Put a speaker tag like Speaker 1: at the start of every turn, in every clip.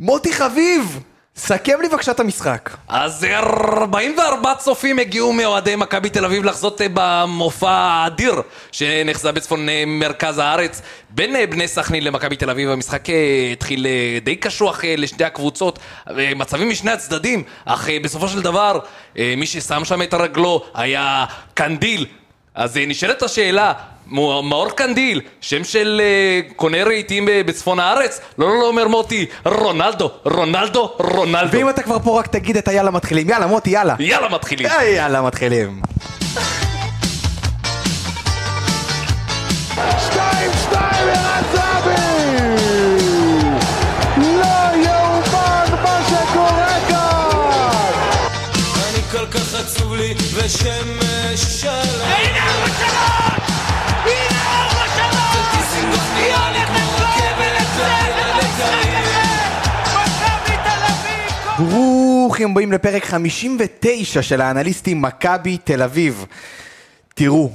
Speaker 1: מוטי חביב! סכם לי בבקשה את המשחק.
Speaker 2: אז 44 צופים הגיעו מאוהדי מכבי תל אביב לחזות במופע האדיר שנחזה בצפון אה, מרכז הארץ בין אה, בני סכנין למכבי תל אביב. המשחק אה, התחיל אה, די קשוח אה, לשתי הקבוצות, אה, מצבים משני הצדדים, אך אה, בסופו של דבר אה, מי ששם שם את הרגלו היה קנדיל. אז אה, נשאלת השאלה, מאור מאור קנדיל, שם של אה, קונה רהיטים אה, בצפון הארץ? לא, לא, לא, אומר מוטי, רונלדו, רונלדו, רונלדו.
Speaker 1: ואם אתה כבר פה רק תגיד את היאללה מתחילים. יאללה מוטי יאללה.
Speaker 2: יאללה מתחילים.
Speaker 1: אה, יאללה מתחילים.
Speaker 3: 2-2 ערן זהבי! לא יאומן מה שקורה כאן!
Speaker 4: אני כל כך עצוב לי ושמש שלם
Speaker 5: הנה ארבע שלוש! הנה ארבע שלוש! היא הולכת ולצאת את המשחק הזה! מכבי תל אביב! כל
Speaker 1: ברוכים הבאים לפרק 59 של האנליסטים מכבי תל אביב. תראו,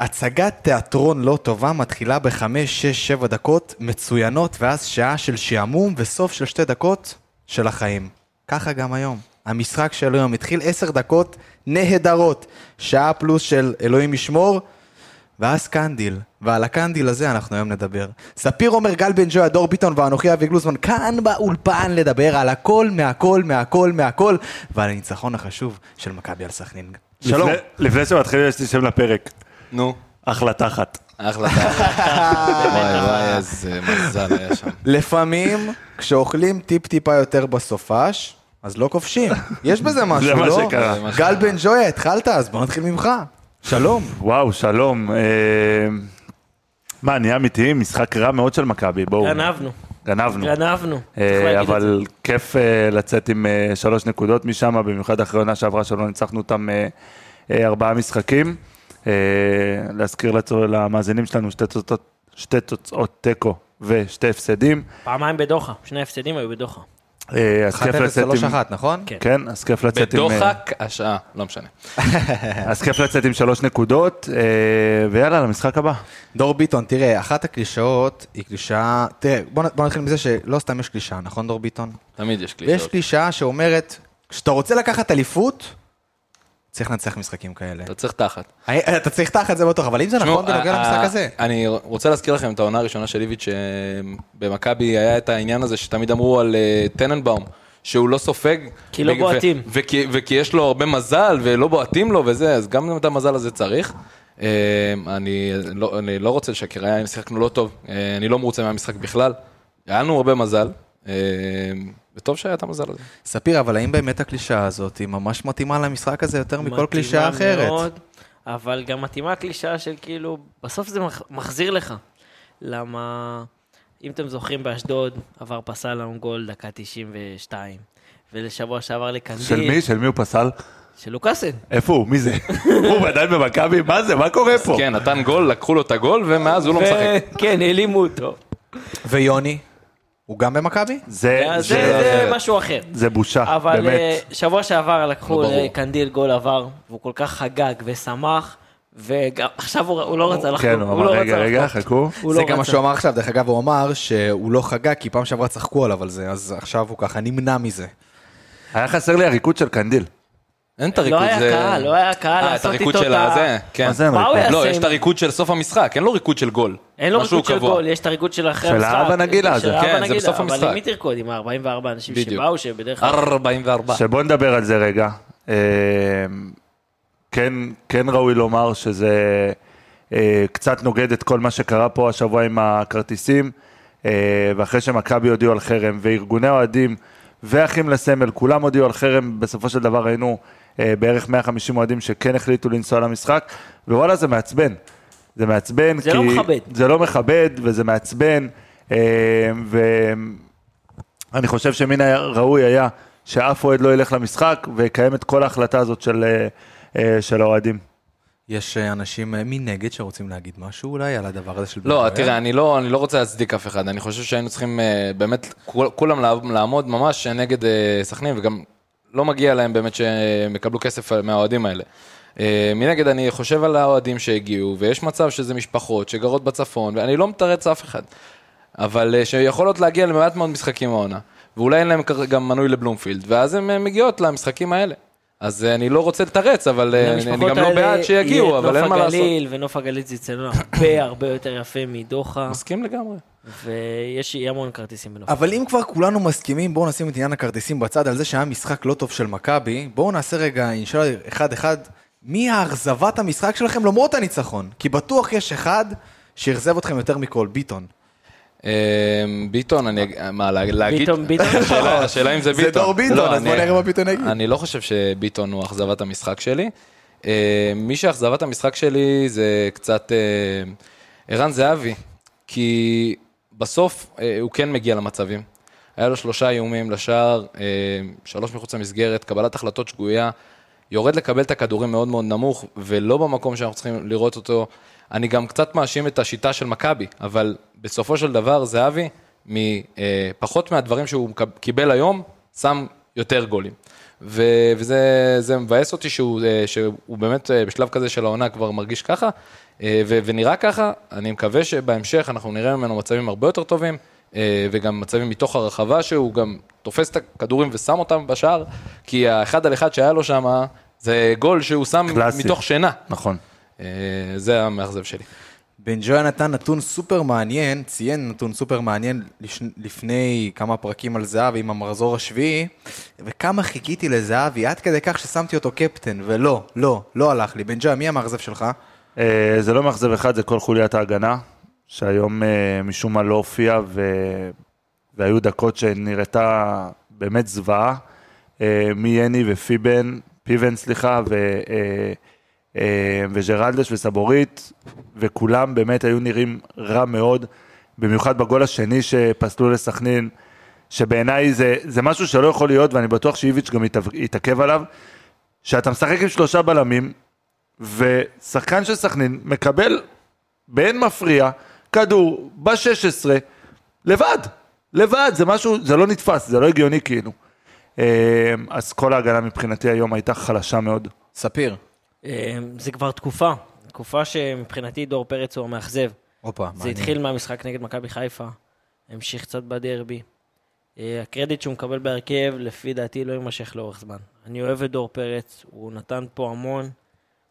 Speaker 1: הצגת תיאטרון לא טובה מתחילה בחמש, שש, שבע דקות מצוינות, ואז שעה של שעמום וסוף של שתי דקות של החיים. ככה גם היום. המשחק של היום התחיל עשר דקות נהדרות, שעה פלוס של אלוהים ישמור, ואז קנדיל, ועל הקנדיל הזה אנחנו היום נדבר. ספיר עומר גל בן ג'וי, הדור ביטון ואנוכי אבי גלוזמן כאן באולפן לדבר על הכל מהכל מהכל מהכל ועל הניצחון החשוב של מכבי על סכנין. שלום.
Speaker 6: לפני- לפני שמתחילים יש לי שם לפרק.
Speaker 2: נו,
Speaker 6: אחלה תחת.
Speaker 2: אחלה. וואי וואי, איזה מזל היה שם.
Speaker 1: לפעמים כשאוכלים טיפ טיפה יותר בסופש, אז לא כובשים. יש בזה משהו,
Speaker 6: זה
Speaker 1: לא?
Speaker 6: מה שקרה.
Speaker 1: גל בן ג'וי, התחלת, אז בוא נתחיל ממך. שלום.
Speaker 6: וואו, שלום. אה, מה, נהיה אמיתי? משחק רע מאוד של מכבי, בואו.
Speaker 7: גנבנו,
Speaker 6: גנבנו.
Speaker 7: גנבנו.
Speaker 6: אה,
Speaker 7: צריך להגיד את זה.
Speaker 6: אבל כיף אה, לצאת עם אה, שלוש נקודות משם, במיוחד אחרי עונה שעברה שלא ניצחנו אותם אה, אה, ארבעה משחקים. אה, להזכיר לצו- למאזינים שלנו שתי תוצאות- שתי תוצאות תיקו ושתי הפסדים.
Speaker 7: פעמיים בדוחה, שני הפסדים היו בדוחה.
Speaker 6: אה, אז כיף לצאת עם...
Speaker 1: 1-0-3-1, נכון?
Speaker 7: כן.
Speaker 6: כן, אז כיף לצאת עם... אה,
Speaker 2: בדוחק השעה, לא משנה.
Speaker 6: אז כיף לצאת עם שלוש נקודות, אה, ויאללה, למשחק הבא.
Speaker 1: דור ביטון, תראה, אחת הקלישאות היא קלישאה... תראה, בוא נ- בוא נתחיל מזה שלא סתם יש קלישאה, נכון, דור ביטון?
Speaker 2: תמיד יש
Speaker 1: יש
Speaker 2: קלישאות.
Speaker 1: קלישאה שאומרת, כשאתה רוצה לקחת אליפות, צריך לנצח משחקים כאלה.
Speaker 2: אתה צריך תחת.
Speaker 1: אה, אתה צריך תחת זה בטוח, אבל אם זה נכון
Speaker 2: תשמעו,
Speaker 1: בנוגע
Speaker 6: אה,
Speaker 2: ה-
Speaker 1: למשחק
Speaker 2: ה-
Speaker 1: הזה...
Speaker 2: אני רוצה להזכיר לכם את העונה הראשונה של איביץ' שבמכבי היה את העניין הזה שתמיד אמרו על אה, טננבאום. שהוא לא סופג.
Speaker 7: כי לא
Speaker 2: ו-
Speaker 7: בועטים.
Speaker 2: ו- וכי, וכי יש לו הרבה מזל ולא בועטים לו וזה, אז גם את המזל הזה צריך. אה, אני לא, אני לא רוצה לשקר, היה, שיחקנו לא טוב. אה, אני לא מרוצה מהמשחק בכלל. היה לנו הרבה מזל, אה, וטוב שהיה את המזל הזה.
Speaker 1: ספיר, אבל האם באמת הקלישאה הזאת היא ממש מתאימה למשחק הזה יותר מכל
Speaker 7: מתאימה
Speaker 1: קלישאה אחרת?
Speaker 7: מאוד, אבל גם מתאימה הקלישאה של כאילו, בסוף זה מח- מחזיר לך. למה, אם אתם זוכרים, באשדוד עבר פסל לנו גול דקה 92, ולשבוע שעבר לקנדיל.
Speaker 6: של מי? של מי הוא פסל?
Speaker 7: של לוקאסן.
Speaker 6: איפה הוא? מי זה? הוא עדיין במכבי? מה זה? מה קורה פה?
Speaker 2: כן, נתן גול, לקחו לו את הגול, ומאז הוא לא
Speaker 7: ו-
Speaker 2: משחק.
Speaker 7: כן, העלימו אותו.
Speaker 1: ויוני? הוא גם במכבי?
Speaker 6: זה-
Speaker 7: אז זה
Speaker 6: זה-
Speaker 7: זה משהו אחר.
Speaker 6: אה, זה בושה,
Speaker 7: אבל אה,
Speaker 6: באמת.
Speaker 7: שבוע שעבר לקחו
Speaker 2: לא ברור.
Speaker 7: לקנדיל גול עבר, והוא כל כך חגג ושמח, ועכשיו הוא לא רצה לחגוג.
Speaker 6: כן, הוא אמר,
Speaker 7: לא
Speaker 6: רגע,
Speaker 7: רצה
Speaker 6: רגע,
Speaker 7: לחגוג.
Speaker 6: חכו.
Speaker 7: הוא
Speaker 1: זה
Speaker 7: לא
Speaker 1: גם מה
Speaker 7: רצה.
Speaker 1: שהוא אמר עכשיו, דרך אגב, הוא אמר שהוא לא חגג, כי פעם שעברה צחקו עליו על זה, אז עכשיו הוא ככה נמנע מזה.
Speaker 6: היה חסר לי הריקוד של קנדיל.
Speaker 2: אין את הריקוד,
Speaker 7: לא היה
Speaker 2: זה...
Speaker 7: קהל, לא היה קהל
Speaker 2: אה, את
Speaker 7: לעשות
Speaker 2: הריקוד
Speaker 7: איתו
Speaker 2: של
Speaker 7: את ה-
Speaker 2: הזה, כן.
Speaker 6: מה זה אין
Speaker 7: מה הוא
Speaker 6: ריקוד?
Speaker 7: יעשה?
Speaker 2: לא,
Speaker 7: עם-
Speaker 2: יש את הריקוד של סוף המשחק, אין לו ריקוד של גול.
Speaker 7: אין לו
Speaker 2: משהו
Speaker 7: ריקוד של
Speaker 2: קבוע.
Speaker 7: גול, יש את הריקוד של אחרי
Speaker 6: של אה,
Speaker 7: המשחק.
Speaker 6: האבא נגילה הזה.
Speaker 7: של האבא
Speaker 2: כן, זה
Speaker 7: נגילה,
Speaker 2: בסוף המשחק.
Speaker 7: אבל עם מי תרקוד? עם ה-44 אנשים
Speaker 2: בדיוק. אה,
Speaker 7: שבאו, שבדרך כלל...
Speaker 2: 44.
Speaker 6: שבוא נדבר על זה רגע. אה, כן, כן ראוי לומר שזה אה, קצת נוגד את כל מה שקרה פה השבוע עם הכרטיסים, אה, ואחרי שמכבי הודיעו על חרם, וארגוני אוהדים ואחים לסמל, כולם הודיעו על חרם, בסופו של דבר ראינו אה, בערך 150 אוהדים שכן החליטו לנסוע למשחק, ווואלה זה מעצבן. זה מעצבן
Speaker 7: זה
Speaker 6: כי...
Speaker 7: לא מכבד.
Speaker 6: זה לא מכבד וזה מעצבן, אה, ו... אני חושב שמן הראוי היה שאף אוהד לא ילך למשחק ויקיים את כל ההחלטה הזאת של, אה, אה, של האוהדים.
Speaker 1: יש אה, אנשים אה, מנגד שרוצים להגיד משהו אולי על הדבר הזה של... בן
Speaker 2: לא,
Speaker 1: גוריון?
Speaker 7: אה?
Speaker 2: תראה, אני לא, אני לא רוצה להצדיק אף אחד, אני חושב שהיינו צריכים אה, באמת, כול- כולם לעב- לעמוד ממש נגד אה, סכנין, וגם לא מגיע להם באמת שהם יקבלו כסף מהאוהדים האלה. אה, מנגד, אני חושב על האוהדים שהגיעו, ויש מצב שזה משפחות שגרות בצפון, ואני לא מתרץ אף אחד, אבל אה, שיכולות להגיע למעט מאוד משחקים העונה. ואולי אין להם כר- גם מנוי לבלומפילד, ואז הן אה, מגיעות למשחקים האלה. אז אה, אני לא רוצה לתרץ, אבל אה, אני אני
Speaker 7: למשפחות
Speaker 2: גם לא
Speaker 7: האלה
Speaker 2: בעד שיגיעו,
Speaker 7: יהיה את
Speaker 2: אבל אין מה
Speaker 7: נוף
Speaker 2: לעשות.
Speaker 7: הגליל, ונוף הגליל זה אצלנו הרבה הרבה יותר יפה מדוחה,
Speaker 2: מסכים לגמרי.
Speaker 7: ויש יהיה המון כרטיסים בנוף.
Speaker 1: אבל אם כבר כולנו מסכימים, בואו נשים את עניין הכרטיסים בצד על זה שהיה משחק לא טוב של מכבי, בואו נעשה רגע, אינשאללה, אחד-אחד, מי האכזבת המשחק שלכם למרות הניצחון? כי בטוח יש אחד שאכזב אתכם יותר מכל, ביטון.
Speaker 2: אה, ביטון, אני... אג- מה, לה- להגיד?
Speaker 7: ביטון, ביטון.
Speaker 2: השאלה- השאלה אם זה
Speaker 1: זה
Speaker 2: ביטון.
Speaker 1: דור ביטון,
Speaker 2: לא,
Speaker 1: אז בוא
Speaker 2: אני-
Speaker 1: נראה מה ביטון יגיד.
Speaker 2: אני לא חושב שביטון הוא אכזבת המשחק שלי. אה, מי שאכזבת המשחק שלי זה קצת אה, ערן זהבי, כי בסוף אה, הוא כן מגיע למצבים. היה לו שלושה איומים לשער, אה, שלוש מחוץ למסגרת, קבלת החלטות שגויה, יורד לקבל את הכדורים מאוד מאוד נמוך, ולא במקום שאנחנו צריכים לראות אותו. אני גם קצת מאשים את השיטה של מכבי, אבל בסופו של דבר זהבי, מפחות מהדברים שהוא מקב- קיבל היום, שם יותר גולים. ו- וזה זה מבאס אותי שהוא, אה, שהוא באמת אה, בשלב כזה של העונה כבר מרגיש ככה, אה, ו- ונראה ככה. אני מקווה שבהמשך אנחנו נראה ממנו מצבים הרבה יותר טובים, אה, וגם מצבים מתוך הרחבה, שהוא גם תופס את הכדורים ושם אותם בשער, כי האחד על אחד שהיה לו שם, זה גול שהוא שם
Speaker 6: קלאסי.
Speaker 2: מתוך שינה.
Speaker 6: נכון.
Speaker 2: אה, זה המאכזב שלי.
Speaker 1: בן ג'ויה נתן נתון סופר מעניין, ציין נתון סופר מעניין לש... לפני כמה פרקים על זהבי עם המחזור השביעי, וכמה חיכיתי לזהבי, עד כדי כך ששמתי אותו קפטן, ולא, לא, לא הלך לי. בן ג'ויה, מי המאכזב שלך?
Speaker 6: אה, זה לא מאכזב אחד, זה כל חוליית ההגנה, שהיום אה, משום מה לא הופיעה, ו... והיו דקות שנראתה באמת זוועה, אה, מייני ופיבן, פיבן סליחה, ו... אה, אה, וג'רלדש וסבורית, וכולם באמת היו נראים רע מאוד, במיוחד בגול השני שפסלו לסכנין, שבעיניי זה, זה משהו שלא יכול להיות, ואני בטוח שאיביץ' גם יתעב- יתעכב עליו, שאתה משחק עם שלושה בלמים, ושחקן של סכנין מקבל באין מפריע כדור ב-16 לבד, לבד, זה משהו, זה לא נתפס, זה לא הגיוני כאילו. אה, אז כל ההגנה מבחינתי היום הייתה חלשה מאוד.
Speaker 1: ספיר.
Speaker 7: אה, זה כבר תקופה, תקופה שמבחינתי דור פרץ הוא המאכזב.
Speaker 1: הופה,
Speaker 7: זה התחיל מהמשחק נגד מכבי חיפה, המשיך קצת בדרבי. אה, הקרדיט שהוא מקבל בהרכב, לפי דעתי, לא יימשך לאורך זמן. אני אוהב את דור פרץ, הוא נתן פה המון,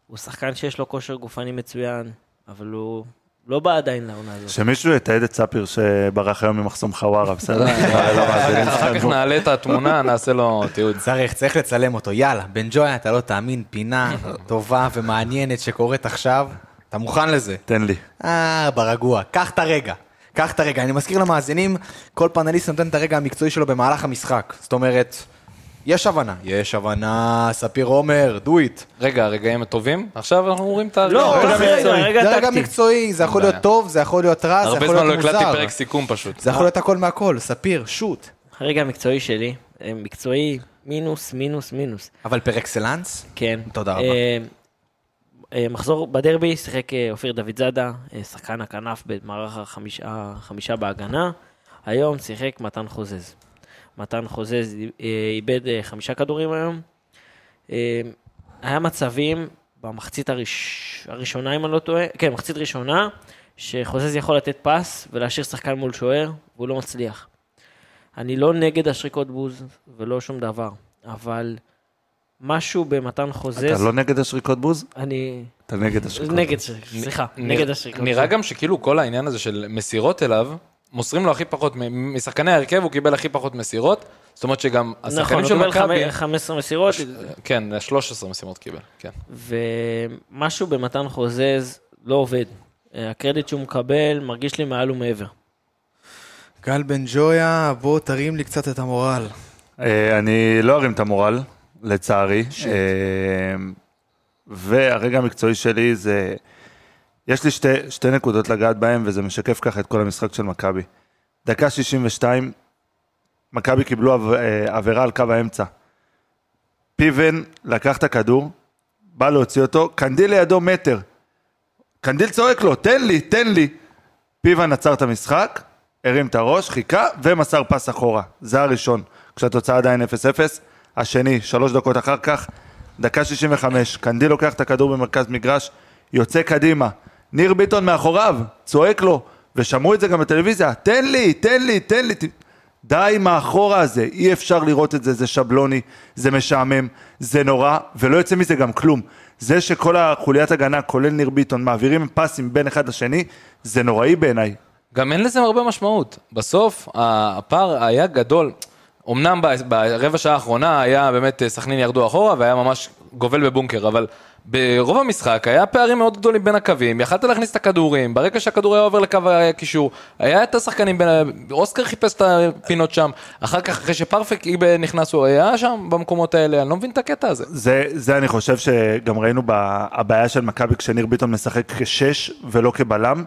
Speaker 7: הוא שחקן שיש לו כושר גופני מצוין, אבל הוא לא בא עדיין לעונה הזאת.
Speaker 6: שמישהו יתעד את ספיר שברח היום ממחסום חווארה, בסדר?
Speaker 2: אה, אחר כך נעלה את התמונה, נעשה לו תיעוד.
Speaker 1: צריך, צריך לצלם אותו. יאללה, בן ג'ויה, אתה לא תאמין, פינה טובה ומעניינת שקורית עכשיו. אתה מוכן לזה?
Speaker 6: תן לי.
Speaker 1: אה, ברגוע. קח את הרגע. קח את הרגע. אני מזכיר למאזינים, כל פאנליסט נותן את הרגע המקצועי שלו במהלך המשחק. זאת אומרת, יש הבנה. יש הבנה, ספיר עומר, do it.
Speaker 2: רגע, הרגעים הטובים? עכשיו אנחנו אומרים את הרגעים.
Speaker 7: לא,
Speaker 1: רגע
Speaker 7: רגע, רגע,
Speaker 1: מקצועי.
Speaker 7: רגע
Speaker 1: זה רגע
Speaker 7: טקטי.
Speaker 1: מקצועי, זה יכול להיות טוב, זה יכול להיות רע, זה
Speaker 2: הרבה
Speaker 1: יכול
Speaker 2: זמן לא
Speaker 1: להיות
Speaker 2: הקלטתי
Speaker 1: מוזר.
Speaker 2: פרק סיכום פשוט.
Speaker 1: זה יכול להיות הכל מהכל, ספיר, שוט.
Speaker 7: הרגע המקצועי שלי, אה, מקצועי מינוס, מינוס, מינוס.
Speaker 1: אבל פר אקסלנס?
Speaker 7: כן.
Speaker 1: תודה רבה.
Speaker 7: אה, אה, מחזור בדרבי, שיחק אה, אופיר דוד זאדה, אה, שחקן הכנף במערך החמיש- החמישה בהגנה. היום שיחק מתן חוזז. מתן חוזז אה, איבד אה, חמישה כדורים היום. אה, היה מצבים במחצית הראש... הראשונה, אם אני לא טועה, כן, מחצית ראשונה, שחוזז יכול לתת פס ולהשאיר שחקן מול שוער, והוא לא מצליח. אני לא נגד השריקות בוז ולא שום דבר, אבל משהו במתן חוזז...
Speaker 6: אתה לא נגד השריקות בוז?
Speaker 7: אני...
Speaker 6: אתה נגד השריקות.
Speaker 7: נגד השריקות, סליחה, נגד השריקות. כן.
Speaker 2: נראה גם שכאילו כל העניין הזה של מסירות אליו, מוסרים לו הכי פחות, מ- משחקני ההרכב הוא קיבל הכי פחות מסירות, זאת אומרת שגם
Speaker 7: נכון,
Speaker 2: השחקנים
Speaker 7: הוא
Speaker 2: של
Speaker 7: קיבל
Speaker 2: מכבי... אה?
Speaker 7: חמ- 15 מסירות,
Speaker 2: כן, 13 משימות קיבל, כן.
Speaker 7: ומשהו במתן חוזז לא עובד. אה, הקרדיט שהוא מקבל מרגיש לי מעל ומעבר.
Speaker 1: גל בן ג'ויה, בוא תרים לי קצת את המורל.
Speaker 6: אה, אני לא ארים את המורל, לצערי. אה, והרגע המקצועי שלי זה... יש לי שתי, שתי נקודות לגעת בהן, וזה משקף ככה את כל המשחק של מכבי. דקה 62, מכבי קיבלו עב- אה, עבירה על קו האמצע. פיבן לקח את הכדור, בא להוציא אותו, קנדיל לידו מטר. קנדיל צועק לו, תן לי, תן לי. פיבן עצר את המשחק, הרים את הראש, חיכה ומסר פס אחורה. זה הראשון, כשהתוצאה עדיין 0-0. השני, שלוש דקות אחר כך, דקה 65, קנדיל לוקח את הכדור במרכז מגרש, יוצא קדימה. ניר ביטון מאחוריו, צועק לו, ושמעו את זה גם בטלוויזיה, תן לי, תן לי, תן לי. ת- די עם האחורה הזה, אי אפשר לראות את זה, זה שבלוני, זה משעמם, זה נורא, ולא יוצא מזה גם כלום. זה שכל החוליית הגנה, כולל ניר ביטון, מעבירים פסים בין אחד לשני, זה נוראי בעיניי.
Speaker 2: גם אין לזה הרבה משמעות. בסוף הפער היה גדול. אמנם ב- ברבע שעה האחרונה היה באמת אה, סכנין ירדו אחורה והיה ממש גובל בבונקר, אבל ברוב המשחק היה פערים מאוד גדולים בין הקווים, יכלת להכניס את הכדורים, ברגע שהכדור היה עובר לקו הקישור, היה את השחקנים בין... ה- אוסקר חיפש את הפינות שם, אחר כך אחרי שפרפק נכנס הוא היה שם במקומות האלה, אני לא מבין את הקטע הזה.
Speaker 6: זה, זה אני חושב שגם ראינו ב- הבעיה של מכבי כשניר ביטון משחק כשש ולא כבלם.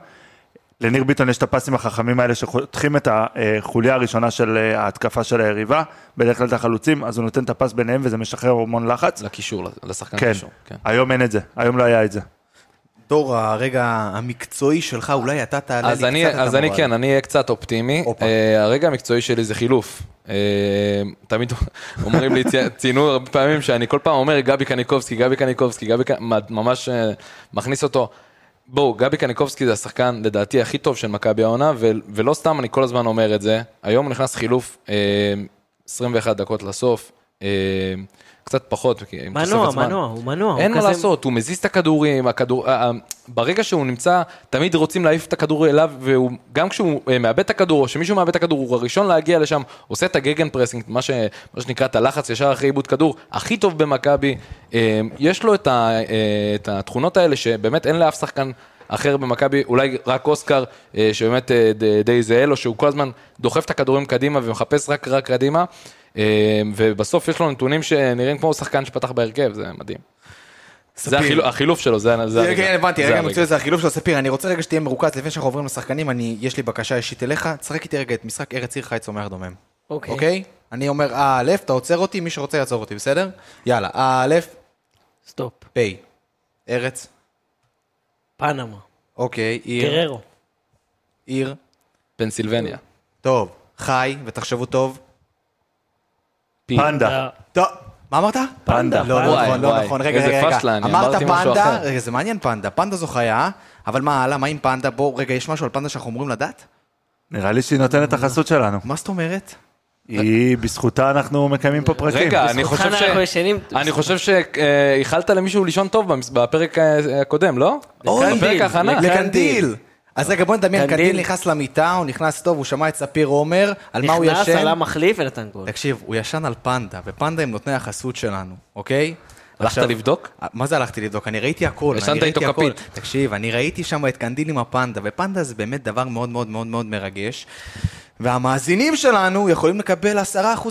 Speaker 6: לניר ביטון יש את הפסים החכמים האלה שחותכים את החוליה הראשונה של אה, ההתקפה של היריבה, בדרך כלל את החלוצים, אז הוא נותן את הפס ביניהם וזה משחרר המון לחץ.
Speaker 2: לקישור, לשחקן
Speaker 6: כן,
Speaker 2: קישור. כן.
Speaker 6: היום אין את זה, היום לא היה את זה.
Speaker 1: דור, הרגע המקצועי שלך, אולי אתה תעלה לי
Speaker 2: אז
Speaker 1: קצת
Speaker 2: אני,
Speaker 1: את המורל.
Speaker 2: אז אני כן, אני אהיה קצת אופטימי. Uh,
Speaker 1: הופה.
Speaker 2: הרגע המקצועי שלי זה חילוף. Uh, תמיד אומרים לי, צי- ציינו הרבה פעמים שאני כל פעם אומר גבי קניקובסקי, גבי קניקובסקי, גבי קניקובסקי, ממש uh, מכניס אותו. בואו, גבי קניקובסקי זה השחקן לדעתי הכי טוב של מכבי העונה, ו- ולא סתם אני כל הזמן אומר את זה. היום הוא נכנס חילוף uh, 21 דקות לסוף, uh, קצת פחות. כי עם
Speaker 7: מנוע,
Speaker 2: תוספת זמן.
Speaker 7: מנוע, הוא מנוע.
Speaker 2: אין
Speaker 7: לא, הוא
Speaker 2: מה
Speaker 7: כזה-
Speaker 2: לעשות, הוא מזיז את הכדורים, הכדור... אה, אה, ברגע שהוא נמצא, תמיד רוצים להעיף את הכדור אליו, וגם כשהוא אה, מאבד את הכדור, או שמישהו מאבד את הכדור, הוא הראשון להגיע לשם, עושה את הגגן פרסינג, מה, ש... מה שנקרא את הלחץ ישר אחרי עיבוד כדור, הכי טוב במכבי. אה, יש לו את, ה... אה, את התכונות האלה שבאמת אין לאף שחקן אחר במכבי, אולי רק אוסקר, אה, שבאמת אה, ד- די זהה לו, שהוא כל הזמן דוחף את הכדורים קדימה ומחפש רק רק קדימה. אה, ובסוף יש לו נתונים שנראים כמו שחקן שפתח בהרכב, זה מדהים. זה
Speaker 1: ספיר.
Speaker 2: החילוף, החילוף שלו, זה זה הרגע.
Speaker 1: כן, הבנתי,
Speaker 2: זה
Speaker 1: הרגע
Speaker 2: הרגע.
Speaker 1: המצוי זה החילוף של ספיר. אני רוצה רגע שתהיה מרוכז לפני שאנחנו עוברים לשחקנים, אני, יש לי בקשה אישית אליך, תשחק איתי רגע את משחק ארץ עיר חי צומח דומם.
Speaker 7: אוקיי.
Speaker 1: אוקיי? אני אומר א', אתה עוצר אותי, מי שרוצה יעצור אותי, בסדר? יאללה, א',
Speaker 7: סטופ.
Speaker 1: פ', ארץ,
Speaker 7: פנמה.
Speaker 1: אוקיי,
Speaker 2: כן.
Speaker 1: עיר,
Speaker 7: גררו.
Speaker 1: עיר,
Speaker 2: פנסילבניה.
Speaker 1: טוב, חי, ותחשבו טוב.
Speaker 2: פי.
Speaker 6: פנדה.
Speaker 7: אה,
Speaker 1: טוב, מה אמרת?
Speaker 6: פנדה.
Speaker 1: לא, לא
Speaker 2: וואי,
Speaker 1: נכון, לא
Speaker 2: וואי.
Speaker 1: נכון, רגע,
Speaker 2: איזה
Speaker 1: רגע, רגע.
Speaker 2: פשלה, אני אמרתי משהו
Speaker 1: פנדה,
Speaker 2: אחר.
Speaker 1: רגע, זה מעניין פנדה, פנדה זו חיה, אבל מה הלאה, מה עם פנדה? בואו, רגע, יש משהו על פנדה שאנחנו אמורים לדעת?
Speaker 6: נראה לי שהיא נותנת את החסות שלנו.
Speaker 1: מה זאת אומרת?
Speaker 6: היא, בזכותה אנחנו מקיימים פה פרקים.
Speaker 2: רגע, אני
Speaker 7: בזכותך
Speaker 2: חושב ש...
Speaker 7: אנחנו ישנים.
Speaker 2: אני חושב שאיחלת למישהו לישון טוב במס- בפרק אה, הקודם, לא?
Speaker 1: אוי,
Speaker 2: בפרק ההכנה.
Speaker 1: אוקיי, לקנדיל. אז רגע, בוא נדמיין,
Speaker 7: קנדיל.
Speaker 1: קנדיל נכנס למיטה, הוא נכנס טוב, הוא שמע את ספיר עומר, על מה הוא ישן.
Speaker 7: נכנס, עלה מחליף ונתן
Speaker 2: אוקיי.
Speaker 7: גול.
Speaker 1: תקשיב, הוא ישן על פנדה, ופנדה הם נותני החסות שלנו, אוקיי?
Speaker 2: הלכת
Speaker 1: עכשיו-
Speaker 2: לבדוק?
Speaker 1: מה זה הלכתי לבדוק? אני ראיתי הכל.
Speaker 2: ישנת
Speaker 1: אני ראיתי
Speaker 2: איתו
Speaker 1: הכל.
Speaker 2: כפית.
Speaker 1: תקשיב, אני ראיתי שם את קנדיל עם הפנדה, ופנדה זה באמת דבר מאוד מאוד מאוד מאוד מרגש. והמאזינים שלנו יכולים לקבל 10%